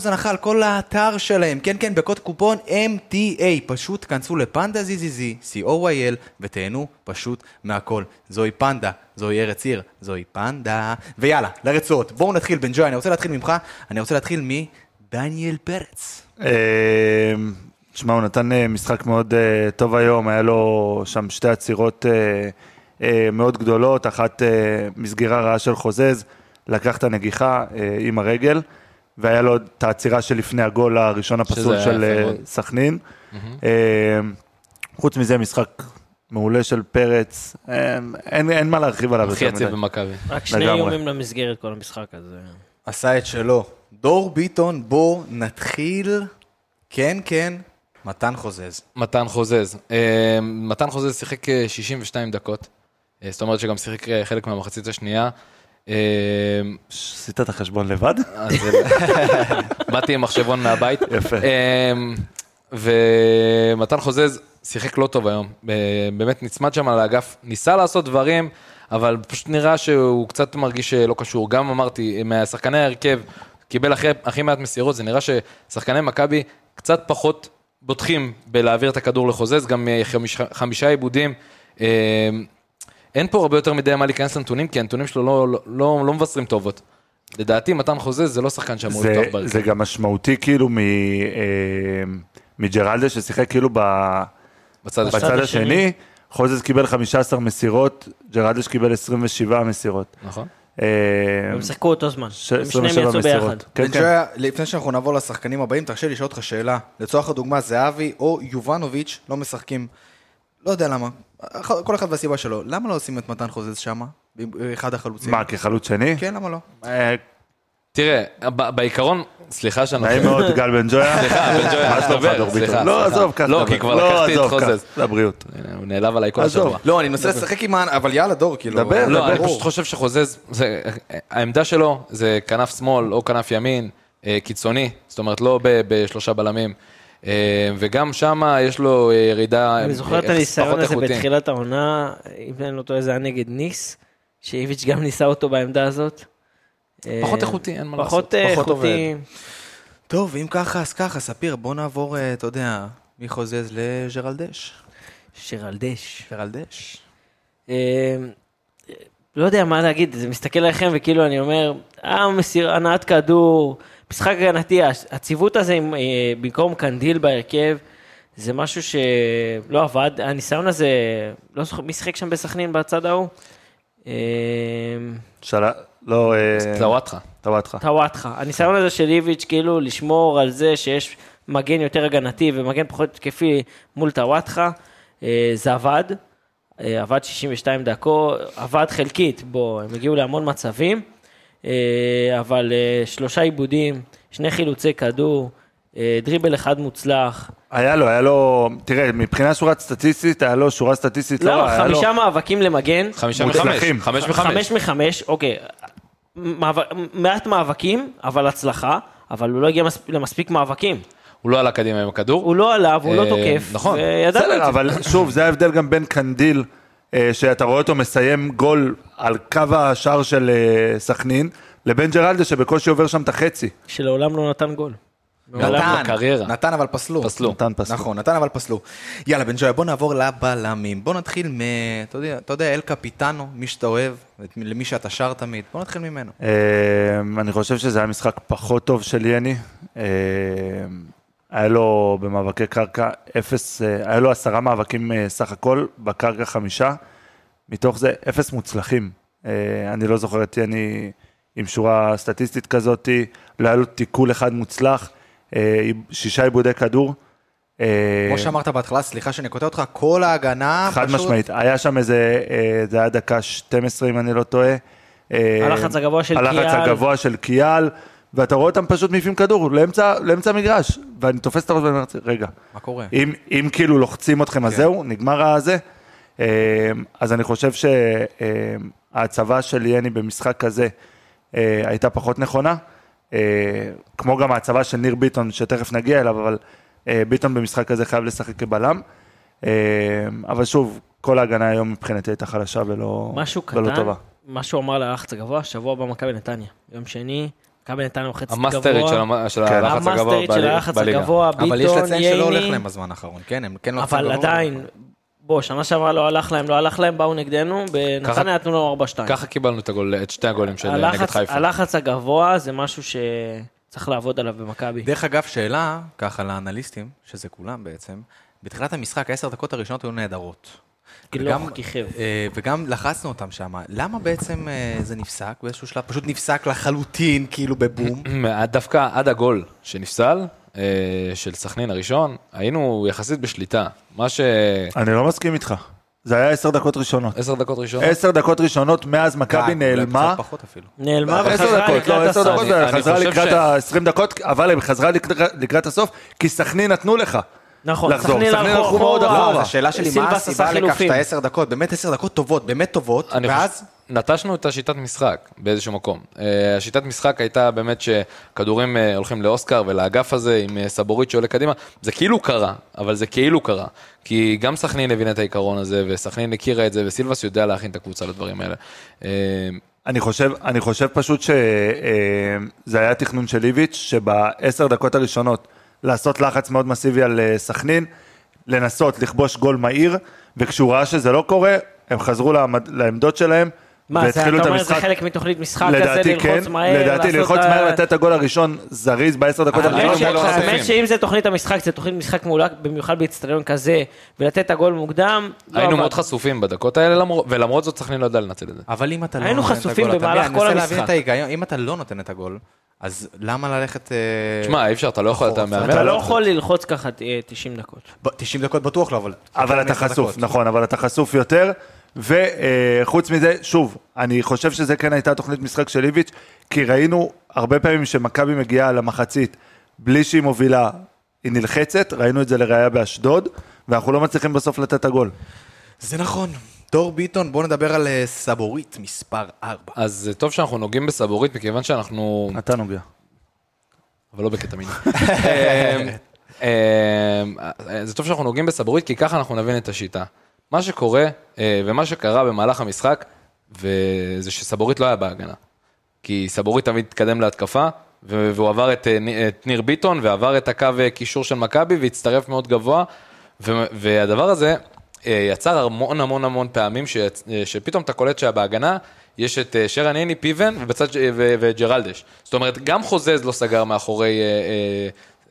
Speaker 1: הנחה על כל האתר שלהם. כן, כן, בקוד קופון MTA. פשוט כנסו לפנדה ZZZ, COIL, ותהנו פשוט מהכל. זוהי פנדה, זוהי ארץ עיר, זוהי פנדה. ויאללה, לרצועות. בואו נתחיל, בן ג'וי, אני רוצה להתחיל ממך, אני רוצה להתחיל מדניאל פרץ.
Speaker 6: אה, תשמע, הוא נתן אה, משחק מאוד אה, טוב היום, היה לו שם שתי עצירות אה, אה, מאוד גדולות, אחת אה, מסגירה רעה של חוזז, לקח את הנגיחה אה, עם הרגל, והיה לו את העצירה שלפני הגול הראשון הפסול
Speaker 2: היה
Speaker 6: של
Speaker 2: יפה
Speaker 6: אה,
Speaker 2: מאוד.
Speaker 6: סכנין. אה, חוץ מזה, משחק מעולה של פרץ, אה, אין, אין מה להרחיב עליו
Speaker 2: הכי
Speaker 6: יותר
Speaker 2: יציב
Speaker 6: מדי.
Speaker 2: במכבי.
Speaker 7: רק שני
Speaker 6: לגמרי.
Speaker 7: איומים למסגרת כל המשחק הזה.
Speaker 1: עשה את שלו. דור ביטון, בוא נתחיל. כן, כן, מתן חוזז.
Speaker 2: מתן חוזז. אה, מתן חוזז שיחק אה, 62 דקות. אה, זאת אומרת שגם שיחק אה, חלק מהמחצית השנייה. אה,
Speaker 6: עשית את החשבון לבד?
Speaker 2: אז לא- באתי עם מחשבון מהבית.
Speaker 6: יפה.
Speaker 2: אמ, ומתן חוזז שיחק לא טוב היום. אה, באמת נצמד שם על האגף, ניסה לעשות דברים, אבל פשוט נראה שהוא קצת מרגיש לא קשור. גם אמרתי, מהשחקני ההרכב, קיבל הכי- הכי מעט מסירות, זה נראה ששחקני מכבי קצת פחות בוטחים בלהעביר את הכדור לחוזז, גם אה, חמישה- חמישה עיבודים. אמ, אין פה הרבה יותר מדי מה להיכנס לנתונים, כי הנתונים שלו לא, לא, לא, לא מבשרים טובות. לדעתי, מתן חוזה זה לא שחקן שאמור
Speaker 6: זה,
Speaker 2: לפתוח בהרכב.
Speaker 6: זה גם משמעותי כאילו מ, אה, מג'רלדה ששיחק כאילו ב,
Speaker 2: בצד השני.
Speaker 6: בצד
Speaker 7: השני.
Speaker 6: השני, חוזז קיבל 15 מסירות, ג'רלדה שקיבל 27 מסירות.
Speaker 2: נכון.
Speaker 6: אה,
Speaker 7: הם שיחקו אותו זמן.
Speaker 6: ש-
Speaker 7: הם שניהם
Speaker 6: 27
Speaker 7: יצאו ביחד.
Speaker 6: מסירות. כן, כן.
Speaker 1: בנג'ויה, לפני שאנחנו נעבור לשחקנים הבאים, תרשה לי לשאול אותך שאלה. לצורך הדוגמה, זהבי או יובנוביץ' לא משחקים. לא יודע למה. אח- כל אחד והסיבה שלו. למה לא עושים את מתן חוזז שמה? עם- אחד החלוצים.
Speaker 6: מה, כחלוץ שני?
Speaker 1: כן, למה לא?
Speaker 6: אה,
Speaker 2: תראה, ב- בעיקרון, סליחה שאני...
Speaker 6: נעים מאוד, גל בן ג'ויה.
Speaker 2: סליחה, בן ג'ויה,
Speaker 6: מה שלומך,
Speaker 2: דבר,
Speaker 6: דור
Speaker 2: סליחה,
Speaker 6: ביטון? לא,
Speaker 2: סליחה.
Speaker 6: עזוב, ככה.
Speaker 2: לא, כי כבר לקחתי את חוזז.
Speaker 6: לבריאות.
Speaker 2: הנה, הוא נעלב עליי כל
Speaker 6: עזוב.
Speaker 2: השבוע.
Speaker 1: לא, אני מנסה לשחק עם ה... אבל יאללה, דור, כאילו...
Speaker 6: דבר,
Speaker 2: לא, אני
Speaker 1: ברור.
Speaker 2: פשוט חושב שחוזז, זה- העמדה שלו זה כנף שמאל או כנף ימין, אה, קיצוני, זאת אומרת לא ב- בשלושה בלמים. אה, וגם שם יש לו אה, ירידה
Speaker 7: אני זוכר את
Speaker 2: אה, פחות
Speaker 7: הניסיון הזה
Speaker 2: איכותי.
Speaker 7: בתחילת העונה, אם אני לא טועה זה היה נגד ניס, שאיביץ' גם ניסה אותו בעמדה הזאת.
Speaker 2: פחות
Speaker 7: אה,
Speaker 2: איכותי, אין מה לעשות.
Speaker 7: פחות אה,
Speaker 2: פחות עובד.
Speaker 7: איכותי.
Speaker 1: טוב, אם ככה, אז ככה, ספיר, בוא נעבור, אה, אתה יודע, מחוזז לג'רלדש.
Speaker 7: שרלדש.
Speaker 1: ג'רלדש.
Speaker 7: אה, לא יודע מה להגיד, זה מסתכל עליכם וכאילו אני אומר, אה, מסיר, הנעת כדור, משחק הגנתי, הציוות הזה עם, אה, במקום קנדיל בהרכב, זה משהו שלא עבד, הניסיון הזה, לא זוכר, מי שיחק שם בסכנין בצד ההוא? אה,
Speaker 6: שאלה, לא,
Speaker 2: זוואטחה.
Speaker 6: טוואטחה.
Speaker 7: טוואטחה. הניסיון הזה של איביץ' כאילו לשמור על זה שיש מגן יותר הגנתי ומגן פחות התקפי מול טוואטחה, אה, זה עבד. אה, עבד 62 דקות, עבד חלקית, בו, הם הגיעו להמון מצבים, אה, אבל אה, שלושה עיבודים, שני חילוצי כדור, אה, דריבל אחד מוצלח.
Speaker 6: היה לו, היה לו, תראה, מבחינה שורה סטטיסטית, היה לו שורה סטטיסטית לא
Speaker 7: לא,
Speaker 6: רע, היה לו...
Speaker 7: חמישה מאבקים למגן.
Speaker 2: חמישה מחמש.
Speaker 6: מוצלחים.
Speaker 2: חמש
Speaker 7: חמש
Speaker 2: מחמש.
Speaker 7: מחמש, אוקיי. מאבק- מעט מאבקים, אבל הצלחה, אבל הוא לא הגיע מס- למספיק מאבקים.
Speaker 2: הוא לא עלה קדימה עם הכדור.
Speaker 7: הוא לא עליו, הוא לא
Speaker 2: אה,
Speaker 7: תוקף.
Speaker 2: נכון.
Speaker 7: וידענו את
Speaker 6: בסדר,
Speaker 7: זה.
Speaker 6: אבל שוב, זה ההבדל גם בין קנדיל, אה, שאתה רואה אותו מסיים גול על קו השער של אה, סכנין, לבין ג'רלדה שבקושי עובר שם את החצי.
Speaker 7: שלעולם לא נתן גול. לא-
Speaker 2: מעולם בקריירה.
Speaker 1: נתן אבל פסלו.
Speaker 2: פסלו.
Speaker 6: נתן פסלו.
Speaker 1: נכון, נתן אבל פסלו. יאללה, בן ג'ויה, בוא נעבור לבלמים. בוא נתחיל מ... אתה יודע, אתה יודע, אל קפיטנו, מי שאתה אוהב, את- למי שאתה שר תמיד. בוא נתחיל ממנו.
Speaker 6: אה, אני חושב שזה היה משחק פחות טוב של יני. אה, היה לו במאבקי קרקע אפס, אה, היה לו עשרה מאבקים אה, סך הכל, בקרקע חמישה, מתוך זה אפס מוצלחים. אה, אני לא זוכר את יני עם שורה סטטיסטית כזאת, לא היה לו תיקול אחד מוצלח, אה, שישה עיבודי כדור. אה,
Speaker 1: כמו שאמרת בהתחלה, סליחה שאני קוטע אותך, כל ההגנה
Speaker 6: חד
Speaker 1: פשוט...
Speaker 6: משמעית, היה שם איזה, אה, זה היה דקה 12 אם אני לא טועה. אה,
Speaker 7: הלחץ הגבוה של
Speaker 6: הלחץ
Speaker 7: קיאל.
Speaker 6: הגבוה של קיאל, ואתה רואה אותם פשוט מעיפים כדור לאמצע, לאמצע המגרש, ואני תופס את הראש ואני אומר, רגע,
Speaker 1: מה קורה?
Speaker 6: אם, אם כאילו לוחצים אתכם, אז זהו, נגמר הזה. אה, אז אני חושב שההצבה של יני במשחק הזה אה, הייתה פחות נכונה, אה, כמו גם ההצבה של ניר ביטון, שתכף נגיע אליו, אבל אה, ביטון במשחק הזה חייב לשחק כבלם. אה, אבל שוב, כל ההגנה היום מבחינתי הייתה חלשה ולא,
Speaker 2: לא
Speaker 7: משהו קטן,
Speaker 6: ולא טובה.
Speaker 7: משהו אמר ללחץ הגבוה, שבוע הבא מכבי נתניה. יום שני, מכבי נתניה לוחצת גבוה.
Speaker 2: המאסטרית של המ- של
Speaker 6: כן.
Speaker 2: הלחץ הגבוה
Speaker 7: המאסטרית של
Speaker 2: בליגה-
Speaker 7: הלחץ
Speaker 2: בליגה.
Speaker 7: הגבוה, ביטון,
Speaker 1: אבל יש לציין שלא הולך
Speaker 7: ייני.
Speaker 1: להם בזמן האחרון, כן? הם כן לוחצים
Speaker 7: אבל
Speaker 1: גבוה.
Speaker 7: עדיין, בוא, שנה שעברה לא הלך להם, לא הלך להם, באו נגדנו, בנתניה נתנו לנו 4-2.
Speaker 2: ככה קיבלנו את הגול, את שתי הגולים של
Speaker 7: הלחץ-
Speaker 2: נגד חיפה.
Speaker 7: הלחץ הגבוה זה משהו שצריך לעבוד עליו במכבי.
Speaker 1: דרך אגב, שאלה, ככה לאנליסטים, שזה כולם בעצם, בתחילת המשחק, העשר דקות הראשונות היו נהדרות.
Speaker 7: גילוח
Speaker 1: וגם-
Speaker 7: כיכב.
Speaker 1: אה, וגם לחצנו אותם שם. למה בעצם אה, זה נפסק באיזשהו שלב? פשוט נפסק לחלוטין, כאילו בבום.
Speaker 2: עד- דווקא עד הגול שנפסל, אה, של סכנין הראשון, היינו יחסית בשליטה. מה ש...
Speaker 6: אני לא מסכים איתך. זה היה עשר דקות ראשונות.
Speaker 2: עשר דקות ראשונות.
Speaker 6: עשר דקות ראשונות מאז מכבי
Speaker 1: אה, אולי
Speaker 6: נעלמה.
Speaker 1: קצת פחות אפילו.
Speaker 7: נעלמה
Speaker 6: עשר
Speaker 7: וחזרה
Speaker 6: דקות, לא
Speaker 7: לקראת
Speaker 6: עשר
Speaker 7: הסוף.
Speaker 6: דקות,
Speaker 2: אני- אני
Speaker 6: חזרה
Speaker 2: חושב
Speaker 6: לקראת
Speaker 2: ש-
Speaker 6: ה-20 דקות, אבל היא חזרה לקראת- לקראת הסוף, כי סכנין נתנו לך.
Speaker 7: נכון,
Speaker 6: לחזור.
Speaker 7: סכנין
Speaker 6: סכנין
Speaker 7: הלכו
Speaker 6: הלכו מאוד
Speaker 7: אחורה.
Speaker 6: אחורה.
Speaker 1: לא, אז השאלה שלי, מה
Speaker 7: סילבס
Speaker 1: הסיבה
Speaker 7: עשה
Speaker 1: לכך
Speaker 7: חילופים.
Speaker 1: שאתה עשר דקות, באמת עשר דקות טובות, באמת טובות,
Speaker 2: אני
Speaker 1: ואז...
Speaker 2: חושב, נטשנו את השיטת משחק באיזשהו מקום. אה, השיטת משחק הייתה באמת שכדורים אה, הולכים לאוסקר ולאגף הזה עם אה, סבורית שעולה קדימה. זה כאילו קרה, אבל זה כאילו קרה. כי גם סכנין הבינה את העיקרון הזה, וסכנין הכירה את זה, וסילבס יודע להכין את הקבוצה לדברים האלה. אה,
Speaker 6: אני חושב, אני חושב פשוט שזה היה תכנון של איביץ', שבעשר דקות הראשונות לעשות לחץ מאוד מסיבי על אה, סכנין, לנסות לכבוש גול מהיר, וכשהוא ראה שזה לא קורה, הם חזרו לעמד- לעמדות שלהם,
Speaker 7: מה, זה-
Speaker 6: והתחילו את
Speaker 7: אתה אומר זה
Speaker 6: המשחק.
Speaker 7: חלק מתוכנית משחק כזה,
Speaker 6: לדעתי כן,
Speaker 7: ללחוץ מהר,
Speaker 6: לדעתי
Speaker 7: לעשות
Speaker 6: ללחוץ
Speaker 7: ה-
Speaker 6: מהר לתת את הגול הראשון זריז בעשר דקות
Speaker 7: האמת
Speaker 6: הראשונות.
Speaker 7: ש-
Speaker 2: לא נוספים.
Speaker 7: האמת שאם זה תוכנית המשחק, זה תוכנית משחק מעולה, במיוחד באיצטדיון כזה, ולתת את הגול מוקדם, לא
Speaker 2: היינו
Speaker 7: עבד.
Speaker 2: מאוד חשופים בדקות האלה, למרות- ולמרות זאת סכנין לא יודע לנצל
Speaker 7: אה,
Speaker 2: את זה.
Speaker 1: אבל אם אתה לא
Speaker 7: היינו
Speaker 1: נותן את הגול,
Speaker 7: חשופים
Speaker 1: אתה
Speaker 7: במהלך
Speaker 1: מבין?
Speaker 7: כל
Speaker 1: אני מנסה להבין
Speaker 7: המשחק.
Speaker 1: את ההיגיון, אם אתה לא נותן את הגול, אז למה ללכת... אה,
Speaker 2: תשמע, אי אפשר, אתה לא יכול, אתה
Speaker 1: אחורה,
Speaker 2: מהמר.
Speaker 7: אתה
Speaker 2: על
Speaker 7: לא
Speaker 2: זה.
Speaker 7: יכול ללחוץ ככה אה, 90 דקות.
Speaker 1: ב- 90 דקות בטוח לא, אבל...
Speaker 6: אבל
Speaker 1: יותר
Speaker 6: אתה
Speaker 1: מעשר
Speaker 6: חשוף,
Speaker 1: דקות.
Speaker 6: נכון, אבל אתה חשוף יותר, וחוץ מזה, שוב, אני חושב שזה כן הייתה תוכנית משחק של איביץ', כי ראינו הרבה פעמים שמכבי מגיעה למחצית בלי שהיא מובילה, היא נלחצת, ראינו את זה לראיה באשדוד, ואנחנו לא מצליחים בסוף לתת את הגול.
Speaker 1: זה נכון. דור ביטון, בואו נדבר על אה, סבורית מספר 4.
Speaker 2: אז זה טוב שאנחנו נוגעים בסבורית, מכיוון שאנחנו...
Speaker 6: אתה נוגע.
Speaker 2: אבל לא בקטע מיני. אמ, אמ, זה טוב שאנחנו נוגעים בסבורית, כי ככה אנחנו נבין את השיטה. מה שקורה, אה, ומה שקרה במהלך המשחק, וזה שסבורית לא היה בהגנה. כי סבורית תמיד התקדם להתקפה, ו- והוא עבר את, אה, נ- את ניר ביטון, ועבר את הקו אה, קישור של מכבי, והצטרף מאוד גבוה, ו- והדבר הזה אה, יצר המון המון המון פעמים, ש- אה, שפתאום אתה קולט שבהגנה יש את אה, שרן הני, פיבן, ובצד ש- ו- וג'רלדש. זאת אומרת, גם חוזז לא סגר מאחורי אה,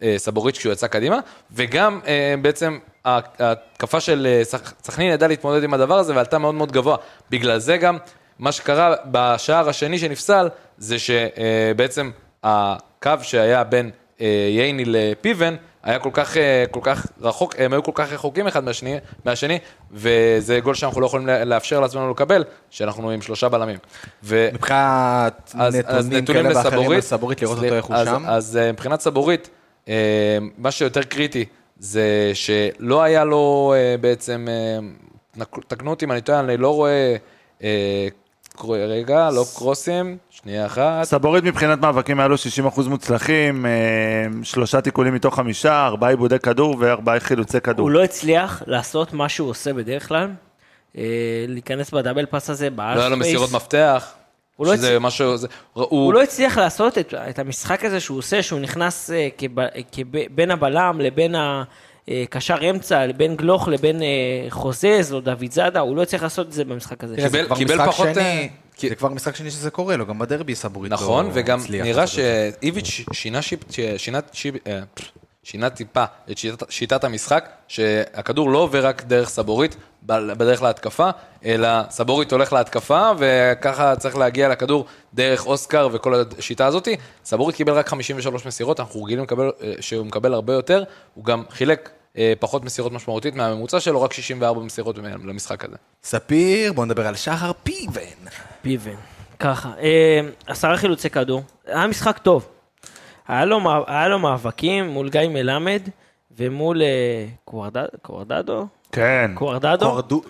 Speaker 2: אה, אה, סבורית כשהוא יצא קדימה, וגם אה, בעצם... ה- ההתקפה של אה, סכ- סכנין ידעה להתמודד עם הדבר הזה ועלתה מאוד מאוד גבוה. בגלל זה גם מה שקרה בשער השני שנפסל, זה שבעצם הקו שהיה בין אה, ייני לפיבן, היה כל כך, אה, כל כך רחוק, הם היו כל כך רחוקים אחד מהשני, מהשני וזה גול שאנחנו לא יכולים לה- לאפשר לעצמנו לקבל, שאנחנו עם שלושה בלמים. ו...
Speaker 1: מבחינת
Speaker 2: אז- אז
Speaker 1: נתונים כאלה ואחרים על סבורית, לראות
Speaker 2: סליח,
Speaker 1: אותו איך הוא
Speaker 2: אז-
Speaker 1: שם.
Speaker 2: אז אה, מבחינת סבורית, אה, מה שיותר קריטי זה שלא היה לו אה, בעצם, אה, נק- תקנו אותי אם אני טועה, אני לא רואה, אה, קרו- רגע, לא קרוסים, שנייה אחת.
Speaker 6: סבורית מבחינת מאבקים היה לו 60% מוצלחים, אה, שלושה תיקולים מתוך חמישה, ארבעה עיבודי כדור וארבעה חילוצי כדור.
Speaker 7: הוא לא הצליח לעשות מה שהוא עושה בדרך כלל, אה, להיכנס בדאבל פאס הזה, באלף
Speaker 2: לא היה לו מסירות מפתח.
Speaker 7: הוא לא
Speaker 2: שזה
Speaker 7: הצליח-
Speaker 2: משהו, זה-
Speaker 7: הוא
Speaker 2: הוא
Speaker 7: לא הצליח לעשות את, את המשחק הזה שהוא עושה, שהוא נכנס אה, כב- כב- בין הבלם לבין הקשר אמצע, לבין גלוך לבין אה, חוזז או דוד זאדה, הוא לא הצליח לעשות את זה במשחק הזה.
Speaker 2: תראה, קיבל-
Speaker 1: כן, זה כבר
Speaker 2: קיבל
Speaker 1: משחק
Speaker 2: פחות,
Speaker 1: שני-
Speaker 2: אה, כי-
Speaker 1: זה כבר משחק שני שזה קורה לו, גם בדרבי סבורית לא
Speaker 2: נכון, וגם
Speaker 1: הצליח
Speaker 2: נראה
Speaker 1: לעשות את זה.
Speaker 2: שאיביץ' שינה שיפ- ש- שינה שיפ- אה, פפ, שינה טיפה את שיטת- שיטת המשחק, שהכדור לא עובר רק דרך סבורית, ב- בדרך להתקפה, אלא סבורית הולך להתקפה, וככה צריך להגיע לכדור דרך אוסקר וכל השיטה הזאת. סבורית קיבל רק 53 מסירות, אנחנו רגילים לקבל, אה, שהוא מקבל הרבה יותר, הוא גם חילק אה, פחות מסירות משמעותית מהממוצע שלו, רק 64 מסירות מהם למשחק הזה.
Speaker 1: ספיר, בואו נדבר על שחר פיבן.
Speaker 7: פיבן. ככה, אה, עשרה חילוצי כדור, היה משחק טוב. היה לו, מא- היה לו מאבקים מול גיא מלמד ומול אה, קוורדד- קוורדדו?
Speaker 6: כן.
Speaker 7: קוורדדו?
Speaker 1: קורדו-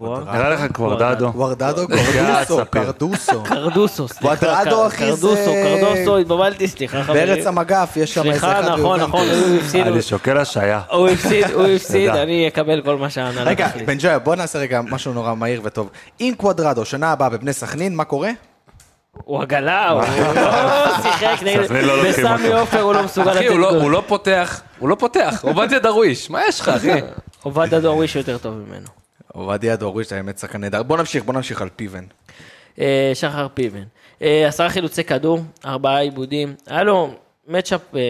Speaker 7: קוור-
Speaker 6: נראה לך קוורדדו.
Speaker 1: וורדדו,
Speaker 6: יאללה,
Speaker 1: קורדוסו,
Speaker 6: ספיר.
Speaker 1: קרדוסו.
Speaker 7: קרדוסו, סליחה.
Speaker 1: קוורדדו,
Speaker 7: קר-
Speaker 1: אחי, זה-
Speaker 7: קרדוסו, קרדוסו, התבלבלתי, סליחה חברים.
Speaker 1: בארץ המגף יש שם איזה
Speaker 7: סליחה,
Speaker 1: אחד.
Speaker 7: נכון,
Speaker 1: ביובנטוס.
Speaker 7: נכון, הוא הפסיד,
Speaker 6: אני שוקל השעיה.
Speaker 7: הוא הפסיד, הוא הפסיד,
Speaker 6: תודה.
Speaker 7: אני אקבל כל מה שההנהלה
Speaker 1: רגע,
Speaker 7: תחליט.
Speaker 1: בן ג'ויה, בוא נעשה רגע משהו נורא מהיר וטוב. אם קוודרדו, שנה הבאה בבני סכנין, מה קורה?
Speaker 7: הוא עגלה, הוא לא שיחק נגד...
Speaker 6: סכנין לא לוקחים אותו.
Speaker 7: בסמי עופר הוא לא מסוגל לתת
Speaker 2: אחי, הוא לא- הוא
Speaker 7: גול.
Speaker 2: לא פותח, הוא לא פותח, עובדיה דרוויש, מה יש לך, אחי?
Speaker 7: עובד הדוריש יותר טוב ממנו.
Speaker 1: עובדיה דוריש, האמת, שחקן נהדר. בוא נמשיך, בוא נמשיך על פיבן.
Speaker 7: אה, שחר פיבן. אה, עשרה חילוצי כדור, ארבעה עיבודים. היה לו מצ'אפ, אה,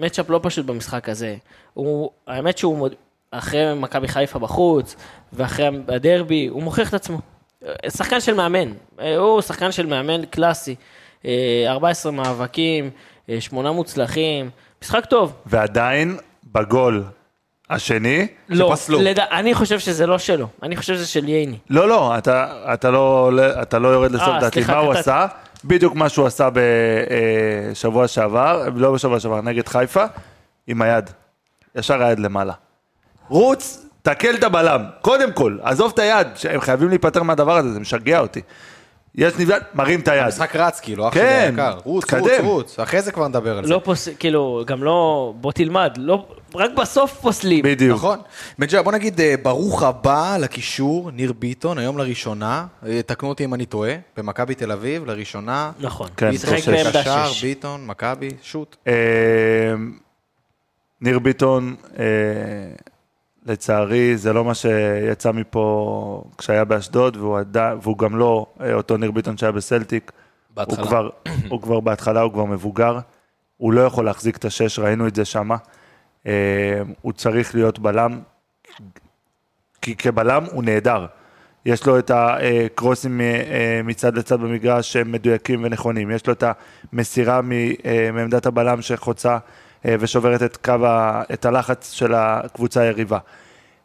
Speaker 7: מצ'אפ לא פשוט במשחק הזה. הוא, האמת שהוא מוד... אחרי מכבי חיפה בחוץ, ואחרי הדרבי, הוא מוכיח את עצמו. אה, שחקן של מאמן. אה, הוא שחקן של מאמן קלאסי. אה, 14 מאבקים, אה, שמונה מוצלחים. משחק טוב.
Speaker 6: ועדיין, בגול השני,
Speaker 7: לא,
Speaker 1: שפסלו.
Speaker 7: לד... אני חושב שזה לא שלו. אני חושב שזה של ייני.
Speaker 6: לא, לא, אתה, אתה, לא, עולה- אתה לא יורד לסוף
Speaker 7: אה,
Speaker 6: דעתי.
Speaker 7: סליחה,
Speaker 6: מה הוא
Speaker 7: קטעתי.
Speaker 6: עשה? בדיוק מה שהוא עשה בשבוע שעבר, לא בשבוע שעבר, נגד חיפה, עם היד. ישר היד למעלה. רוץ, תקל את הבלם, קודם כל, עזוב את היד, הם חייבים להיפטר מהדבר הזה, זה משגע אותי. יש נבדל, מרים את היד.
Speaker 1: משחק רץ, כאילו, אח שלי
Speaker 6: כן,
Speaker 1: היקר. רוץ, רוץ,
Speaker 6: תתקדם.
Speaker 1: רוץ. אחרי זה כבר נדבר על זה.
Speaker 7: לא פוס... כאילו, גם לא... בוא תלמד. לא... רק בסוף פוסלים.
Speaker 6: בדיוק.
Speaker 1: נכון. בן ג'ויה, בוא נגיד אה, ברוך הבא לקישור, ניר ביטון, היום לראשונה, אה, תקנו אותי אם אני טועה, במכבי תל אביב, לראשונה.
Speaker 7: נכון.
Speaker 6: כן,
Speaker 1: ביטון,
Speaker 7: שיחק בעמדה
Speaker 1: קשר,
Speaker 7: שש.
Speaker 1: ביטון, מכבי, שוט.
Speaker 6: אה, ניר ביטון, אה, לצערי, זה לא מה שיצא מפה כשהיה באשדוד, והוא, עדיין- והוא גם לא אה, אותו ניר ביטון שהיה בסלטיק. הוא
Speaker 2: בהתחלה.
Speaker 6: כבר, הוא כבר בהתחלה, הוא כבר מבוגר. הוא לא יכול להחזיק את השש, ראינו את זה שמה. אה, הוא צריך להיות בלם, כי כבלם הוא נהדר. יש לו את הקרוסים מ- אה, מצד לצד במגרש שהם מדויקים ונכונים. יש לו את המסירה מ- אה, מעמדת הבלם שחוצה אה, ושוברת את קו, ה- את הלחץ של הקבוצה היריבה.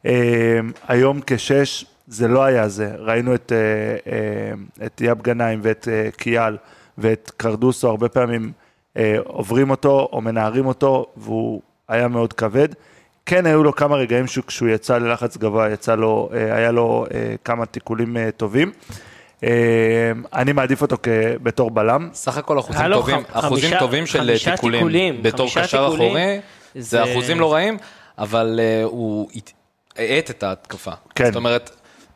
Speaker 6: אה, אמ, היום כשש זה לא היה זה. ראינו את, אה, אה, את יאב גנאים ואת אה, קיאל ואת קרדוסו הרבה פעמים אה, עוברים אותו או מנערים אותו, והוא היה מאוד כבד. כן היו לו כמה רגעים שהוא- כשהוא יצא ללחץ גבוה, יצא לו, אה, היה לו אה, כמה תיקולים אה, טובים. אה, אני מעדיף אותו כ- בתור בלם.
Speaker 2: סך הכל אחוזים
Speaker 7: היה לו
Speaker 2: טובים,
Speaker 7: ח-
Speaker 2: אחוזים
Speaker 7: חמישה-
Speaker 2: טובים של אה,
Speaker 7: חמישה
Speaker 2: תיקולים.
Speaker 7: תיקולים,
Speaker 2: בתור
Speaker 7: חמישה
Speaker 2: קשר
Speaker 7: תיקולים,
Speaker 2: אחורי, זה
Speaker 7: זה-
Speaker 2: אחוזים לא רעים, אבל אה, הוא הת- האט את ההתקפה.
Speaker 6: כן.
Speaker 2: זאת אומרת...